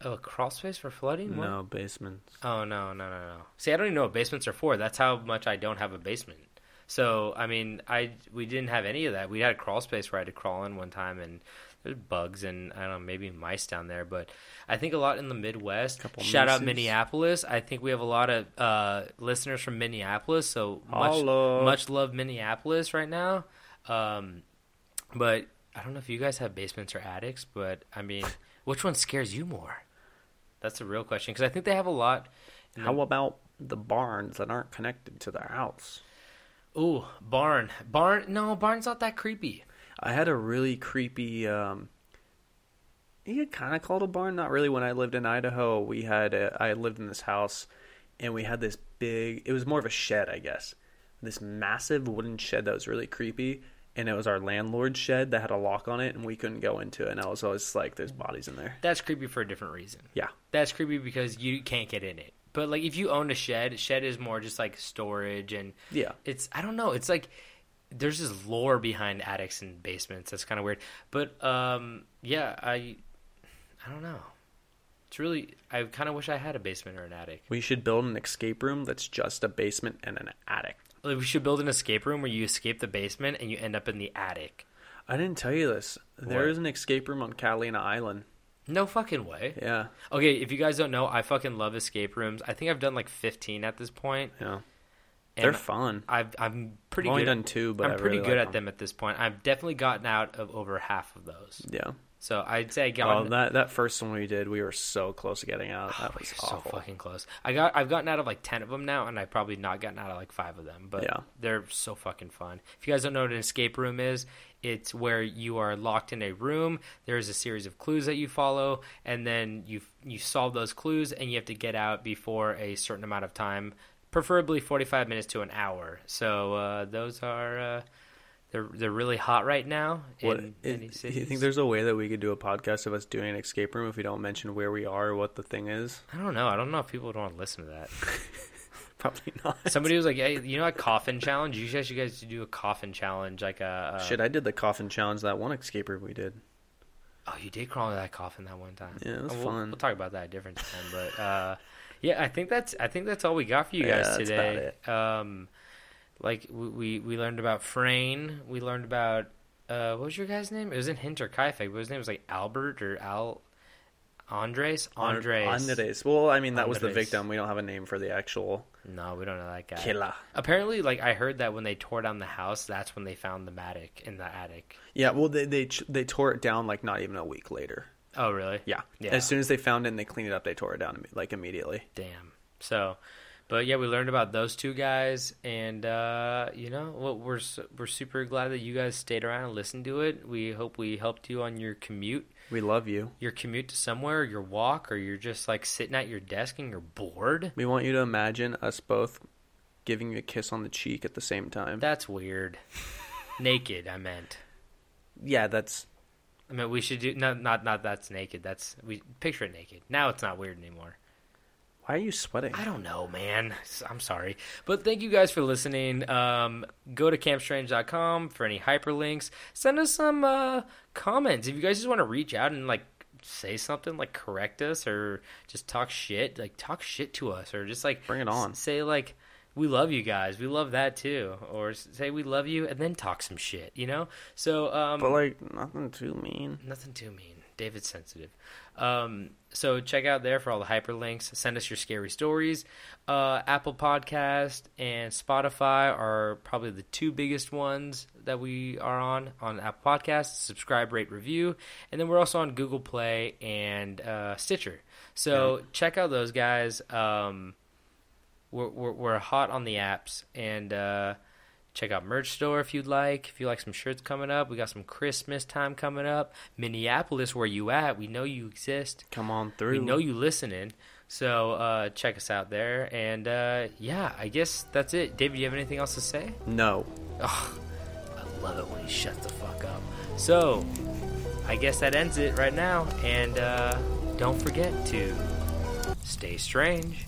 F: oh, a crawl space for flooding? What?
G: No basements.
F: Oh no, no, no, no. See, I don't even know what basements are for. That's how much I don't have a basement. So I mean, I we didn't have any of that. We had a crawl space where I had to crawl in one time, and there's bugs and I don't know, maybe mice down there. But I think a lot in the Midwest. shout out
G: mices.
F: Minneapolis. I think we have a lot of uh, listeners from Minneapolis. So much,
G: Holla.
F: much love Minneapolis right now. Um, but I don't know if you guys have basements or attics, but I mean, which one scares you more? That's the real question because I think they have a lot.
G: How about the barns that aren't connected to the house?
F: Ooh, barn, barn. No, barn's not that creepy.
G: I had a really creepy. Um, you could kind of call it a barn, not really. When I lived in Idaho, we had a, I lived in this house, and we had this big it was more of a shed i guess this massive wooden shed that was really creepy and it was our landlord's shed that had a lock on it and we couldn't go into it and i was always like there's bodies in there
F: That's creepy for a different reason.
G: yeah
F: That's creepy because you can't get in it. But like if you own a shed, shed is more just like storage and
G: Yeah.
F: It's I don't know. It's like there's this lore behind attics and basements. That's kind of weird. But um yeah, I I don't know. It's really I kind of wish I had a basement or an attic.
G: we should build an escape room that's just a basement and an attic
F: Like we should build an escape room where you escape the basement and you end up in the attic.
G: i didn't tell you this there is an escape room on catalina island
F: No fucking way.
G: yeah
F: Okay, if you guys don't know, I fucking love escape rooms. I think I've done like 15 at this point.
G: yeah
F: and
G: they're fun
F: I've I'm pretty
G: I've only
F: good.
G: done two, but
F: I'm
G: I
F: pretty
G: really
F: good
G: like
F: at
G: them.
F: them at this point. I've definitely gotten out of over half of those.
G: yeah
F: So I'd say I got
G: oh that that first one we did we were so close to getting out that was
F: Oh, so
G: awful
F: fucking close. I got I've gotten out of like ten of them now, and I've probably not gotten out of like five of them. But
G: Yeah.
F: they're so fucking fun. If you guys don't know what an escape room is, it's where you are locked in a room. There's a series of clues that you follow, and then you you solve those clues, and you have to get out before a certain amount of time, preferably 45 minutes to an hour. So uh, those are. Uh, they're, they're really hot right now in
G: What,
F: many
G: is, do you
F: cities.
G: think there's a way that we could do a podcast of us doing an escape room if we don't mention where we are or what the thing is?
F: I don't know. I don't know if people would want to listen to that.
G: Probably not.
F: Somebody was like, "Hey, you know, a coffin challenge. You guys, you guys should do a coffin challenge, like a." Uh,
G: Shit, I did the coffin challenge that one escape room we did.
F: oh, you did crawl into that coffin that one time.
G: Yeah, it was
F: we'll,
G: fun.
F: We'll talk about that a different time, but uh, yeah, I think that's I think that's all we got for you
G: Yeah,
F: guys
G: that's
F: today. Um, like we, we we learned about Frayne. We learned about uh, what was your guy's name? It wasn't Hint or Kaifek, but his name was like Albert or Al Andres. Andres.
G: Andres. Well, I mean, that was the
F: Andres.
G: victim. We don't have a name for the actual
F: No, we don't know that guy.
G: killer.
F: Apparently, like I heard that when they tore down the house, that's when they found the attic in the attic.
G: Yeah, well, they, they ch- they tore it down like not even a week later.
F: Oh, really?
G: Yeah.
F: Yeah.
G: As soon as they found it and they cleaned it up, they tore it down like immediately.
F: Damn. So, but yeah, we learned about those two guys, and uh, you know what? We're su- we're super glad that you guys stayed around and listened to it. We hope we helped you on your commute,
G: We love you.
F: your commute to somewhere, your walk, or you're just like sitting at your desk and you're bored.
G: We want you to imagine us both giving you a kiss on the cheek at the same time.
F: That's weird. naked, I meant.
G: yeah, that's
F: I mean, we should do not not not that's naked. That's we picture it naked. Now it's not weird anymore.
G: why are you sweating?
F: I don't know, man. S- I'm sorry. But thank you guys for listening. Um, go to campstrange.com for any hyperlinks. Send us some uh, comments. If you guys just want to reach out and like say something, like correct us or just talk shit, like talk shit to us or just like
G: Bring it on.
F: s- say like we love you guys. We love that too. Or s- say we love you and then talk some shit, you know? So um
G: But like nothing too mean.
F: Nothing too mean. David's sensitive. Um, so check out there for all the hyperlinks. Send us your scary stories. Uh, Apple Podcast and Spotify are probably the two biggest ones that we are on on Apple Podcasts. Subscribe, rate, review, and then we're also on Google Play and uh, Stitcher. So check out those guys. Um, we're, we're, we're hot on the apps and uh, check out merch store if you'd like if you like some shirts coming up we got some christmas time coming up minneapolis where you at we know you exist
G: Come on
F: we
G: through.
F: know you listening so uh, check us out there and uh, yeah i guess that's it david do you have anything else to say
G: No.
F: i love it when he shuts the fuck up so i guess that ends it right now and uh, don't forget to stay strange